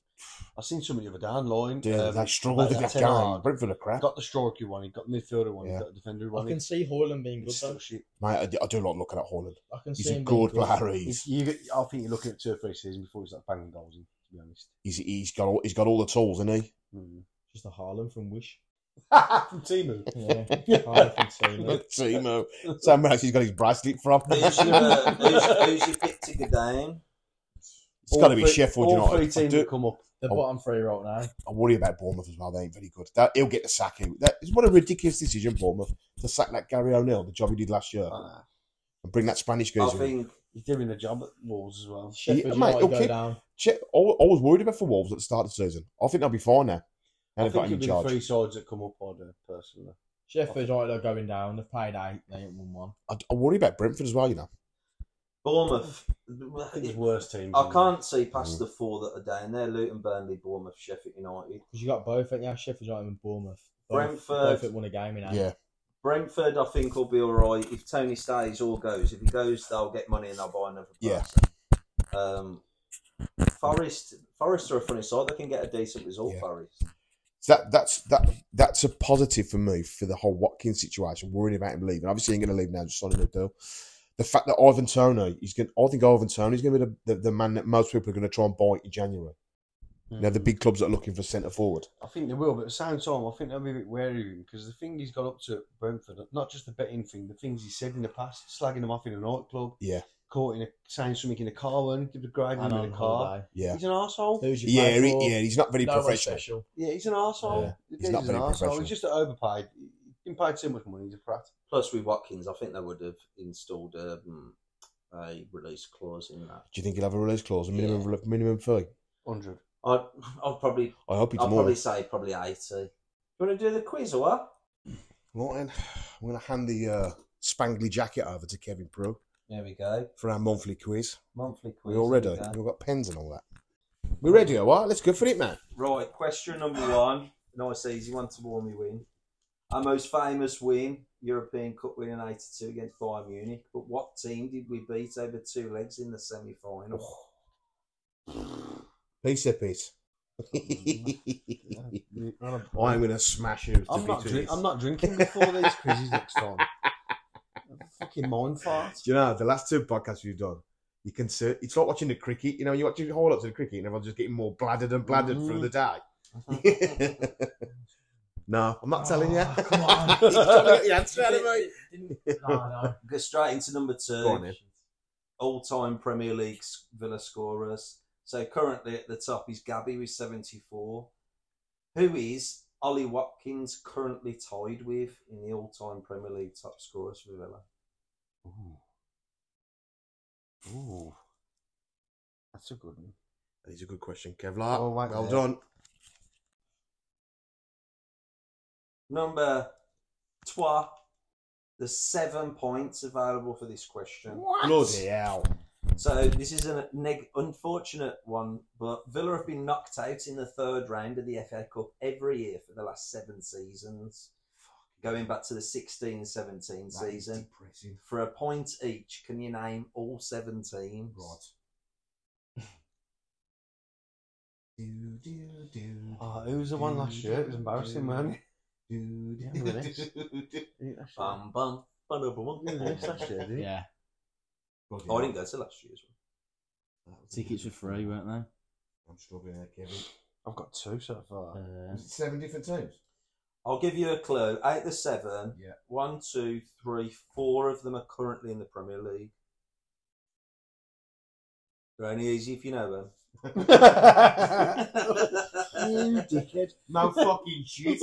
Speaker 3: I seen somebody the other day online.
Speaker 1: yeah,
Speaker 3: um,
Speaker 1: they struggled
Speaker 3: like
Speaker 1: with that
Speaker 3: that
Speaker 1: game.
Speaker 3: Tenard.
Speaker 1: Brentford are crap.
Speaker 3: got the striker one, he got the midfielder one,
Speaker 1: Yeah.
Speaker 3: he got the defender
Speaker 4: I
Speaker 3: one.
Speaker 4: can see Hoyland being good.
Speaker 3: It's
Speaker 4: Though.
Speaker 3: still shit.
Speaker 1: Mate, I do, I do like looking at Holland.
Speaker 4: I can
Speaker 1: He's
Speaker 4: see
Speaker 1: a
Speaker 4: him
Speaker 1: good
Speaker 4: being
Speaker 1: player.
Speaker 3: You,
Speaker 1: He's,
Speaker 3: you, I think you're looking at two or three seasons before he starts banging goals in, to be honest.
Speaker 1: he's, he's got all, he's got all the tools, isn't he?
Speaker 3: Mm.
Speaker 4: Just a Haaland from
Speaker 1: Hmm.
Speaker 4: Wish.
Speaker 3: [LAUGHS] From Timu.
Speaker 4: Yeah, Haaland from Tino.
Speaker 1: Timo. Sam Rice, he's got his bracelet from.
Speaker 2: Who's your, uh, who's, who's your pick to go down?
Speaker 1: [LAUGHS] it's got to
Speaker 3: All
Speaker 1: be
Speaker 3: three-
Speaker 1: Sheffield
Speaker 3: all
Speaker 1: United. I,
Speaker 3: three teams
Speaker 1: do-
Speaker 3: that come up.
Speaker 4: The
Speaker 1: Oh.
Speaker 4: bottom three right now.
Speaker 1: I worry about Bournemouth as well. They ain't very good. That, he'll get the sack. He- That is what a ridiculous decision, Bournemouth, to sack that Gary O'Neill, the job he did last year,
Speaker 3: Ah,
Speaker 1: and bring that Spanish
Speaker 2: I
Speaker 1: geezer in.
Speaker 2: think
Speaker 3: he's doing a job at Wolves as well.
Speaker 4: Sheffield
Speaker 1: mate,
Speaker 4: United
Speaker 1: he'll
Speaker 4: go
Speaker 1: keep-
Speaker 4: down.
Speaker 1: Che- I wa- I was worried about for Wolves at the start of the season. I think they'll be fine now.
Speaker 3: I
Speaker 1: And they've
Speaker 3: think
Speaker 1: got him
Speaker 3: it'll
Speaker 1: in
Speaker 3: be the
Speaker 1: charge.
Speaker 3: three sides that come up, I'd uh, personally.
Speaker 4: Sheffield United are going down. They've played eight. They ain't won one.
Speaker 1: I, I worry about Brentford as well, you know.
Speaker 2: Bournemouth.
Speaker 3: I think it's worse teams.
Speaker 2: I can't see
Speaker 1: Mm.
Speaker 2: past the four that are down there: Luton, Burnley, Bournemouth, Sheffield United.
Speaker 4: Because you got both, ain't you? Sheffield United and Bournemouth. Both,
Speaker 2: Brentford.
Speaker 4: both that won a game in hand.
Speaker 1: Yeah.
Speaker 2: Brentford, I think, will be all right if Tony stays or goes. If he goes, they'll get money and they'll buy another
Speaker 1: Yeah.
Speaker 2: person. Um, Forest, Forest are a funny side. They can get a decent result.
Speaker 1: Yeah.
Speaker 2: Forest.
Speaker 1: So that that's that that's a positive for me for the whole Watkins situation. Worrying about him leaving, obviously he ain't going to leave now. Just signing a deal. The fact that Ivan Tony, he's going. I think Ivan Tony is going to be the, the, the man that most people are going to try and buy in January. Now the big clubs that are looking for centre forward.
Speaker 3: I think they will, but at the same time, I think they'll be a bit wary of him because the thing he's got up to at Brentford, not just the betting thing, the things he said in the past, slagging them off in a nightclub,
Speaker 1: Yeah.
Speaker 3: caught in a, saying something in a car, and give the grade him
Speaker 4: And
Speaker 3: in
Speaker 4: on
Speaker 3: a car.
Speaker 4: holiday.
Speaker 1: Yeah,
Speaker 3: He's an arsehole.
Speaker 4: Who's your
Speaker 1: yeah,
Speaker 4: favourite?
Speaker 1: he, yeah. He's not very
Speaker 4: No one
Speaker 1: professional.
Speaker 4: special.
Speaker 3: Yeah, he's an arsehole.
Speaker 4: Yeah.
Speaker 1: He's not very professional.
Speaker 3: He's just overpaid. He's been paid too much money. He's a prat.
Speaker 2: Plus, with Watkins, I think they would have installed um, a release clause in that.
Speaker 1: Do you think he'll have a release clause, a minimum minimum fee?
Speaker 3: 100.
Speaker 2: I'd, I'd probably,
Speaker 1: I hope
Speaker 2: I'd
Speaker 1: it's more.
Speaker 2: probably say probably eighty. You want to do the quiz or what?
Speaker 1: Right, then. I'm going to hand the uh, spangly jacket over to Kevin Pro
Speaker 2: There we go.
Speaker 1: for our monthly quiz.
Speaker 2: Monthly quiz.
Speaker 1: We all ready?
Speaker 2: There we go.
Speaker 1: We've got pens and all that. We ready? All right, let's go for it, man.
Speaker 2: Right, question number one. Nice, easy one to warm you in. Our most famous win, European Cup win in 82 against Bayern Munich. But what team did we beat over two legs in the semi final?
Speaker 1: Oh. Piece of it. [LAUGHS] I'm going to smash you.
Speaker 3: Mm-hmm. I'm not, drink, I'm not drinking before these quizzes next time. Fucking mind fart.
Speaker 1: Do you know the last two podcasts we've done? You can see it's like watching the cricket. You know, you watch the whole lot of the cricket, and everyone's just getting more bladdered and bladdered
Speaker 3: Mhm.
Speaker 1: through the
Speaker 3: Mm-hmm.
Speaker 1: day. [LAUGHS] no, I'm not telling
Speaker 3: Ah,
Speaker 1: you.
Speaker 4: Oh,
Speaker 1: [LAUGHS]
Speaker 4: come on.
Speaker 1: He's trying to get the answer out of me.
Speaker 4: Didn't- no, no.
Speaker 2: Go straight into number
Speaker 1: [LAUGHS] Go on,
Speaker 2: two.
Speaker 1: then.
Speaker 2: All time Premier League s- Villa scorers. So currently at the top is Gabby with 74. Who is Ollie Watkins currently tied with in the all time Premier League top scorers for Villa?
Speaker 3: Ooh. That's a good one.
Speaker 1: That is a good question, Kevlar.
Speaker 3: Oh, right
Speaker 1: well
Speaker 3: there.
Speaker 1: done.
Speaker 2: Number twa. There's seven points available for this question.
Speaker 1: Bloody hell.
Speaker 2: So this is an neg- unfortunate one, but Villa have been knocked out in the third round of the FA Cup every year for the last seven seasons, going back to the 16-17
Speaker 1: That is
Speaker 2: season.
Speaker 1: depressing.
Speaker 2: For a point each, can you name all seven teams?
Speaker 1: Right. [LAUGHS] do, do, do,
Speaker 3: Oh, who was the one last year? It was embarrassing, man.
Speaker 1: do, do,
Speaker 3: Yeah,
Speaker 1: [LAUGHS]
Speaker 3: really.
Speaker 1: do, do.
Speaker 2: Bum, bum, bum, bum, bum.
Speaker 4: Yeah,
Speaker 1: Bloody
Speaker 2: Oh, I
Speaker 1: hell.
Speaker 2: didn't go to last year's one.
Speaker 1: That was-
Speaker 4: tickets were free, weren't they?
Speaker 1: I'm struggling there, Kevin.
Speaker 3: I've got two so far.
Speaker 4: Uh,
Speaker 1: Is it seven different teams?
Speaker 2: I'll give you a clue. Out of the seven,
Speaker 1: Yeah.
Speaker 2: one, two, three, four of them are currently in the Premier League. They're only easy if you know them.
Speaker 3: Oh,
Speaker 4: [LAUGHS]
Speaker 3: you dickhead.
Speaker 1: [LAUGHS] No fucking shit.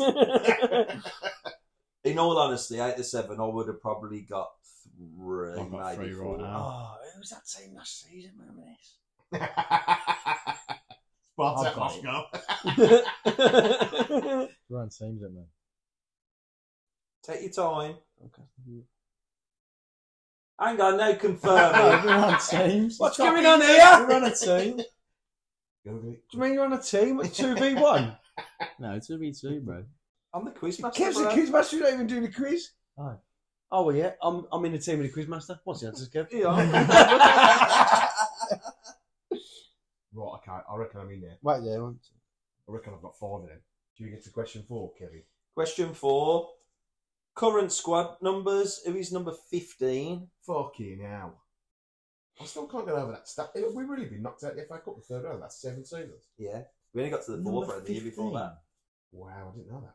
Speaker 2: In all honesty, eight to seven, I would have probably got 3
Speaker 4: I've got
Speaker 2: maybe
Speaker 4: three right
Speaker 2: four.
Speaker 4: now.
Speaker 3: Oh, who was that team last season? Remember this?
Speaker 1: Spartak
Speaker 4: I've got it.
Speaker 1: Moscow.
Speaker 3: [LAUGHS]
Speaker 4: Ryan seems it, man.
Speaker 2: Take your time.
Speaker 3: Okay.
Speaker 2: Hang on, no
Speaker 4: [LAUGHS]
Speaker 2: confirming.
Speaker 4: Ryan teams.
Speaker 2: What's going on here?
Speaker 4: We're on
Speaker 3: [LAUGHS]
Speaker 4: a team.
Speaker 1: Google
Speaker 3: Do you mean you're on a team? It's [LAUGHS] 2v1.
Speaker 4: No, it's a V two, bro.
Speaker 2: I'm the quizmaster.
Speaker 3: Kev's a
Speaker 2: bro.
Speaker 3: quizmaster, you don't even do the quiz.
Speaker 4: Oh.
Speaker 3: Oh, well, yeah, I'm, I'm in a team with the quizmaster. What's the answer, Kev?
Speaker 2: You
Speaker 3: [LAUGHS]
Speaker 2: are.
Speaker 1: Right, okay. I reckon I'm in there.
Speaker 3: Right there. one, two.
Speaker 1: I reckon I've got five of them. Do you get to question four, Kevin?
Speaker 2: Question four. Current squad numbers. Who is number 15?
Speaker 1: Fucking hell. I still can't get over that stat. It- We've really been knocked out of the FA Cup the third round. That's seven seasons.
Speaker 2: Yeah. We only got to the fourth
Speaker 4: Number
Speaker 2: round the year before
Speaker 4: 15.
Speaker 2: that.
Speaker 1: Wow, I didn't know that.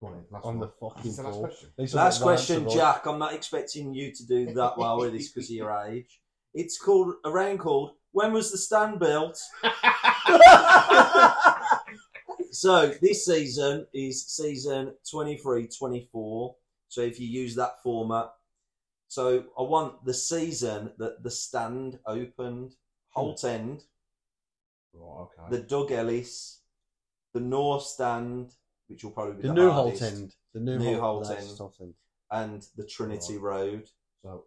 Speaker 1: Go on, then, last
Speaker 3: On the
Speaker 1: one.
Speaker 3: fucking
Speaker 1: Is the last
Speaker 3: ball.
Speaker 1: question.
Speaker 3: These are
Speaker 2: Last
Speaker 3: the ones
Speaker 2: question,
Speaker 3: that are-
Speaker 2: Jack. I'm not expecting you to do that well with this because of your age. It's called a round called When Was the Stand Built? so this season is season 23 24. So if you use that format, so I want the season that the stand opened,
Speaker 3: Hmm.
Speaker 2: Holt End,
Speaker 1: Right, okay.
Speaker 2: the Doug Ellis, the North Stand, which will probably be
Speaker 3: [LAUGHS] The
Speaker 2: the
Speaker 3: new
Speaker 2: hardest,
Speaker 3: Holt End. The new,
Speaker 2: New
Speaker 3: Holt
Speaker 2: Holt
Speaker 3: no,
Speaker 2: End.
Speaker 3: it's Holt End.
Speaker 2: and the Trinity Road.
Speaker 1: So,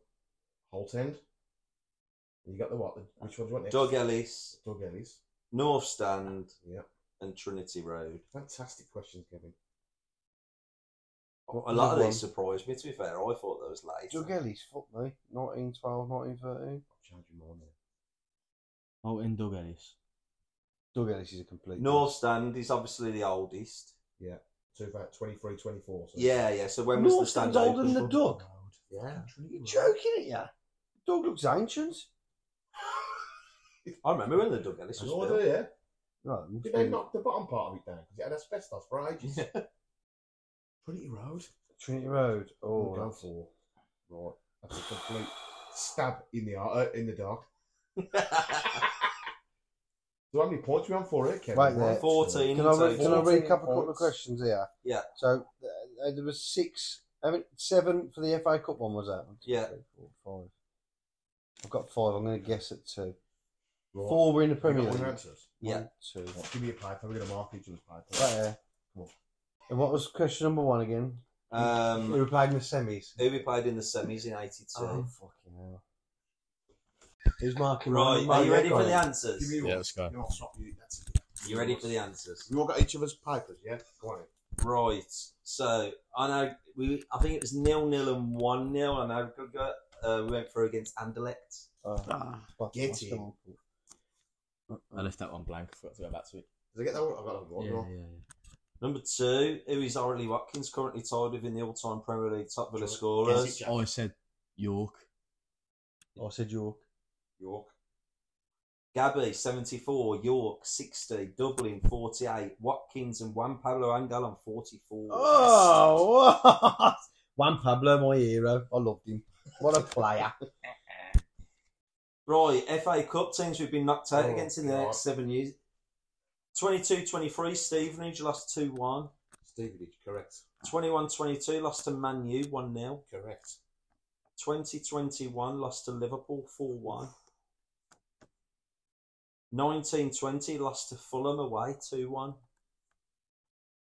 Speaker 1: Holt End. You got the what? The, which one do you want next?
Speaker 2: Doug Ellis,
Speaker 1: Doug Ellis.
Speaker 2: North Stand,
Speaker 1: Yep.
Speaker 2: and Trinity Road.
Speaker 1: Fantastic questions, Kevin.
Speaker 2: A lot of these surprised me. To be fair, I thought those
Speaker 3: Doug
Speaker 2: later.
Speaker 3: Ellis, fuck me. 1912, 1913.
Speaker 1: I'll change your mind there.
Speaker 4: Oh, in Doug Ellis.
Speaker 3: Doug Ellis is a complete.
Speaker 2: North Stand is obviously the oldest.
Speaker 1: So about 23, 24. So
Speaker 2: Yeah, yeah. So when was
Speaker 3: North
Speaker 2: the stand
Speaker 3: Stand's older than
Speaker 2: open?
Speaker 3: the Doug.
Speaker 2: Yeah,
Speaker 3: You're joking, at ya? Doug looks ancient.
Speaker 2: I remember when the Doug Ellis
Speaker 1: It's
Speaker 2: was
Speaker 1: an
Speaker 2: built.
Speaker 1: order, yeah.
Speaker 3: Right, it must
Speaker 1: Did they
Speaker 3: be
Speaker 1: knock the bottom part of it down? Because it had asbestos for
Speaker 3: [LAUGHS]
Speaker 1: ages. Pretty road.
Speaker 3: Trinity Road.
Speaker 1: Oh, go
Speaker 3: Oh,
Speaker 1: for. Right. That's a complete stab in the ar- uh, in the dark. So how many points we on for it, Kevin?
Speaker 3: Right there.
Speaker 2: Fourteen.
Speaker 3: can I,
Speaker 2: in
Speaker 3: re- can I
Speaker 2: total.
Speaker 3: read a
Speaker 1: Fourteen
Speaker 3: couple, couple of
Speaker 1: points.
Speaker 3: questions here?
Speaker 2: Yeah.
Speaker 3: So uh, uh, there was six, I mean, seven for the FA Cup one, was that? One, two,
Speaker 2: Yeah.
Speaker 3: three, four, five. I've got five. I'm going to guess at two.
Speaker 1: Right.
Speaker 3: Four were in the
Speaker 1: You got
Speaker 3: Premier
Speaker 1: all
Speaker 3: League.
Speaker 1: your
Speaker 3: One,
Speaker 1: answers.
Speaker 2: Yeah.
Speaker 3: Two. Right
Speaker 1: Right, give me a paper. We're going to mark each other's paper.
Speaker 3: there.
Speaker 1: Cool.
Speaker 3: And what was question number one again?
Speaker 2: [LAUGHS]
Speaker 3: Who
Speaker 2: Um,
Speaker 3: were playing the semis?
Speaker 2: who we played in the semis in '82?
Speaker 3: Oh, fucking hell. Who's marking Oh,
Speaker 2: right.
Speaker 3: my-
Speaker 2: Are you ready for
Speaker 3: my-
Speaker 2: the answers?
Speaker 1: Give me
Speaker 4: Yeah,
Speaker 1: one.
Speaker 4: let's go.
Speaker 1: You're off, stop you. That's it.
Speaker 2: You ready for the answers?
Speaker 1: We all got each other's papers, yeah? Go on.
Speaker 2: Right. So I know we. I think it was nil nil and one nil. I know we got- uh, we went through against Anderlecht.
Speaker 3: Oh, fuck,
Speaker 1: Get
Speaker 3: what's
Speaker 1: it.
Speaker 3: going
Speaker 4: I left that one blank. I forgot to go back to it.
Speaker 1: Did I get that one? I got that one.
Speaker 4: Yeah,
Speaker 1: no.
Speaker 4: yeah,
Speaker 2: Number two, who is Orley Watkins currently tied with in the all-time Premier League top Villa
Speaker 1: Guess it,
Speaker 2: scorers?
Speaker 1: Jack.
Speaker 4: yeah. Oh, I said York.
Speaker 3: on? I said York.
Speaker 2: York. Gabby, 74, York, 60, Dublin, 48, Watkins and Juan Pablo Angel on 44.
Speaker 3: Oh, what? [LAUGHS] Juan Pablo, my hero. I loved him. What a player.
Speaker 2: Right, FA Cup teams we've been knocked out
Speaker 1: Oh,
Speaker 2: against in the
Speaker 1: God.
Speaker 2: next seven years. 22-23, Stevenage lost 2-1.
Speaker 1: Stevenage, correct.
Speaker 2: 21-22, lost to Man U, 1-0.
Speaker 1: Correct.
Speaker 2: 2021 lost to Liverpool 4 1. 1920 lost to Fulham away 2 1.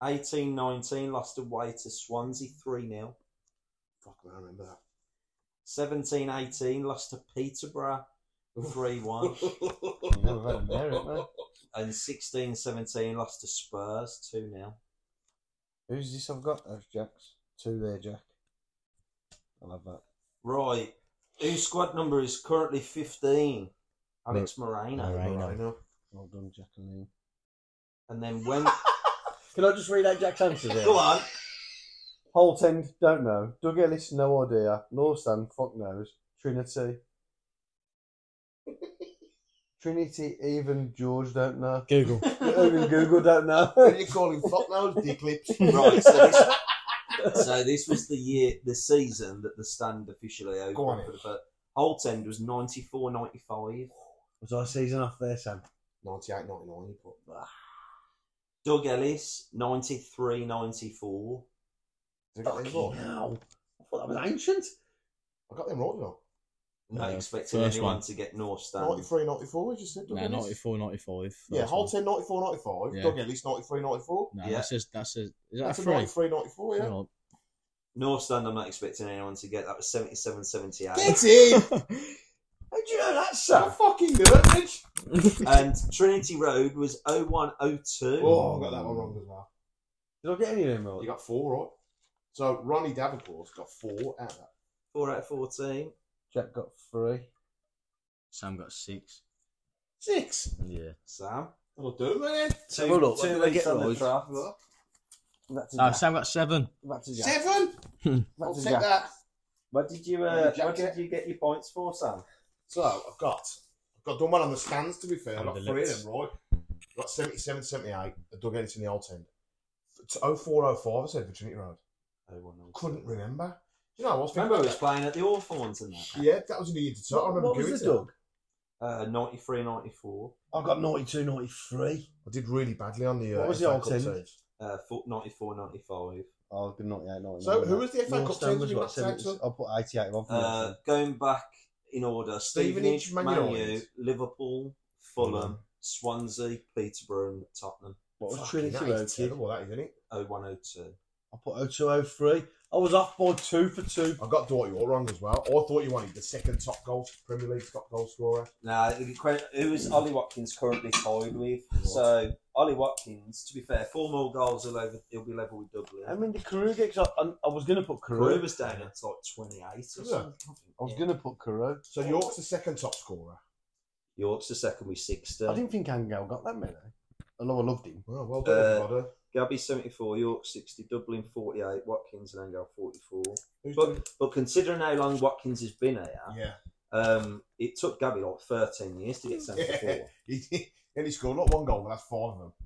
Speaker 2: 1819 lost away to Swansea 3 0.
Speaker 1: Fuck, man, I remember that.
Speaker 2: 1718 lost to Peterborough 3 1.
Speaker 1: [LAUGHS]
Speaker 3: You know, we've had a merit, mate.
Speaker 2: and 16 17 lost to Spurs 2 0.
Speaker 3: Who's this I've got? That's Jack's. Two there, Jack. I love that.
Speaker 2: Right. Whose squad number is currently 15? Alex Moreno.
Speaker 4: Moreno.
Speaker 3: Well done, Jack and Liam.
Speaker 2: And then when.
Speaker 3: Can I just read out Jack's answer there?
Speaker 2: Go on.
Speaker 3: Holt end, don't know. Doug Ellis, no idea. Northstand, fuck knows. [LAUGHS] Trinity. Trinity, even George don't know.
Speaker 4: Google.
Speaker 3: even Google don't know.
Speaker 1: What are you calling fuck nose dick lips?
Speaker 2: Right. So this,
Speaker 1: [LAUGHS]
Speaker 2: so this was the year, the season that the stand officially opened.
Speaker 1: Go on,
Speaker 2: for the first. Holt End was 94 95.
Speaker 3: Was our season off there, Sam?
Speaker 1: 98, 99, you put.
Speaker 2: Doug Ellis, 93 94.
Speaker 1: Did I get them right?
Speaker 3: hell. I thought that was ancient.
Speaker 1: I got them right, you
Speaker 2: Not
Speaker 4: No,
Speaker 2: expecting
Speaker 4: first
Speaker 2: anyone
Speaker 4: one.
Speaker 2: to get North
Speaker 1: know. 93,
Speaker 2: Stand.
Speaker 1: 94, you just said.
Speaker 4: No,
Speaker 1: didn't you?
Speaker 4: 94, 95.
Speaker 1: Yeah,
Speaker 4: That's
Speaker 1: whole
Speaker 4: one.
Speaker 1: 10, 94, 95.
Speaker 4: Yeah.
Speaker 1: Doug Ellis, 93, 94.
Speaker 4: No,
Speaker 2: Yeah.
Speaker 4: that's just, that's a, is that
Speaker 1: That's
Speaker 4: a
Speaker 1: a
Speaker 4: three?
Speaker 1: 93, 94, yeah.
Speaker 4: Right.
Speaker 2: North Stand, I'm not expecting anyone to get. That was 77 78.
Speaker 1: Get in!
Speaker 3: How do you know that,
Speaker 1: I
Speaker 3: Sam?
Speaker 1: fucking knew it, Rich.
Speaker 2: and Trinity Road was 0102.
Speaker 1: Oh, I got that one wrong as well.
Speaker 3: Did I get any of them
Speaker 1: You
Speaker 3: right?
Speaker 1: got four, right? So Ronnie Davenport's got four out of that.
Speaker 2: 4 out of 14.
Speaker 3: Jack got three.
Speaker 4: Sam got six.
Speaker 1: Six.
Speaker 4: Yeah.
Speaker 2: Sam.
Speaker 1: That'll do, man.
Speaker 2: Two,
Speaker 3: Hold up, what
Speaker 2: two
Speaker 3: did I
Speaker 2: weeks
Speaker 3: get
Speaker 2: on the
Speaker 3: right?
Speaker 2: draft.
Speaker 3: That's
Speaker 4: No, Sam got seven.
Speaker 3: That's
Speaker 1: Seven. I'll take that.
Speaker 2: What did you?
Speaker 1: What
Speaker 2: Uh,
Speaker 1: did Jack
Speaker 2: what did
Speaker 1: get?
Speaker 2: you get your points for, Sam?
Speaker 1: So I've got, I've got done one on the stands. To be fair, I've
Speaker 4: And
Speaker 1: got
Speaker 4: the
Speaker 1: three of
Speaker 4: lips.
Speaker 1: them, right? I've got 77, 78. I dug Ellis in the old ten. It's 0405, I said for Trinity Road.
Speaker 2: Oh, one, oh,
Speaker 1: Couldn't
Speaker 2: two.
Speaker 1: remember. Do you know, I was thinking
Speaker 2: Remember, I
Speaker 1: about
Speaker 2: was playing at the Hawthorns and that.
Speaker 1: Yeah, that was in the year to start. I
Speaker 3: What,
Speaker 1: remember
Speaker 3: what
Speaker 1: doing
Speaker 3: was
Speaker 1: it.
Speaker 3: the Doug?
Speaker 2: Uh, 93, 94,
Speaker 3: I got 92, 93.
Speaker 1: I did really badly on the. Uh,
Speaker 3: What was the
Speaker 1: FA
Speaker 3: old
Speaker 1: Cup
Speaker 3: ten?
Speaker 1: teams.
Speaker 2: uh, four- 94, 95.
Speaker 3: Oh, I've been 98, 99.
Speaker 1: So who was the FA Cup
Speaker 3: Northstone
Speaker 1: teams
Speaker 3: was
Speaker 1: we
Speaker 3: what,
Speaker 1: knocked out
Speaker 3: 70,
Speaker 1: to?
Speaker 3: I'll put 88 on for
Speaker 2: Uh,
Speaker 3: Northstone.
Speaker 2: going back in order: Stevenage,
Speaker 1: Stevenage, Man
Speaker 2: Man U,
Speaker 1: United.
Speaker 2: Liverpool, Fulham,
Speaker 1: Mm.
Speaker 2: Swansea, Peterborough, and Tottenham. Oh,
Speaker 3: What was
Speaker 1: Fucking
Speaker 3: Trinity
Speaker 1: that is
Speaker 3: Road? kid?
Speaker 1: terrible, that is, isn't it?
Speaker 2: 0102.
Speaker 3: I put 0203. I was off by two for two.
Speaker 1: I got Doughty all wrong as well. I thought you wanted the second top goal, Premier League top goal scorer.
Speaker 2: Now, who is Ollie Watkins currently tied with? So, Ollie Watkins, to be fair, four more goals, he'll, over, he'll be level with Dublin.
Speaker 3: I mean, the Carew gigs, I, I, I was going to put Carew.
Speaker 2: Peru was down at like 28 or
Speaker 1: Yeah.
Speaker 2: something.
Speaker 3: Mm-hmm. I was going to put Carew.
Speaker 1: So York's the second top scorer.
Speaker 2: York's the second with
Speaker 3: I
Speaker 2: 60.
Speaker 3: didn't think Angel got that many. Although I loved him.
Speaker 1: Well, well
Speaker 2: Uh,
Speaker 1: done, everybody.
Speaker 2: Gabby 74, York 60, Dublin 48, Watkins and Angle 44.
Speaker 1: Who's done-
Speaker 2: But, but considering how long Watkins has been here,
Speaker 1: yeah,
Speaker 2: um,
Speaker 3: [LAUGHS]
Speaker 2: it took Gabby like 13 years to get 74.
Speaker 1: [LAUGHS] He- and he scored not one goal, but that's five of them.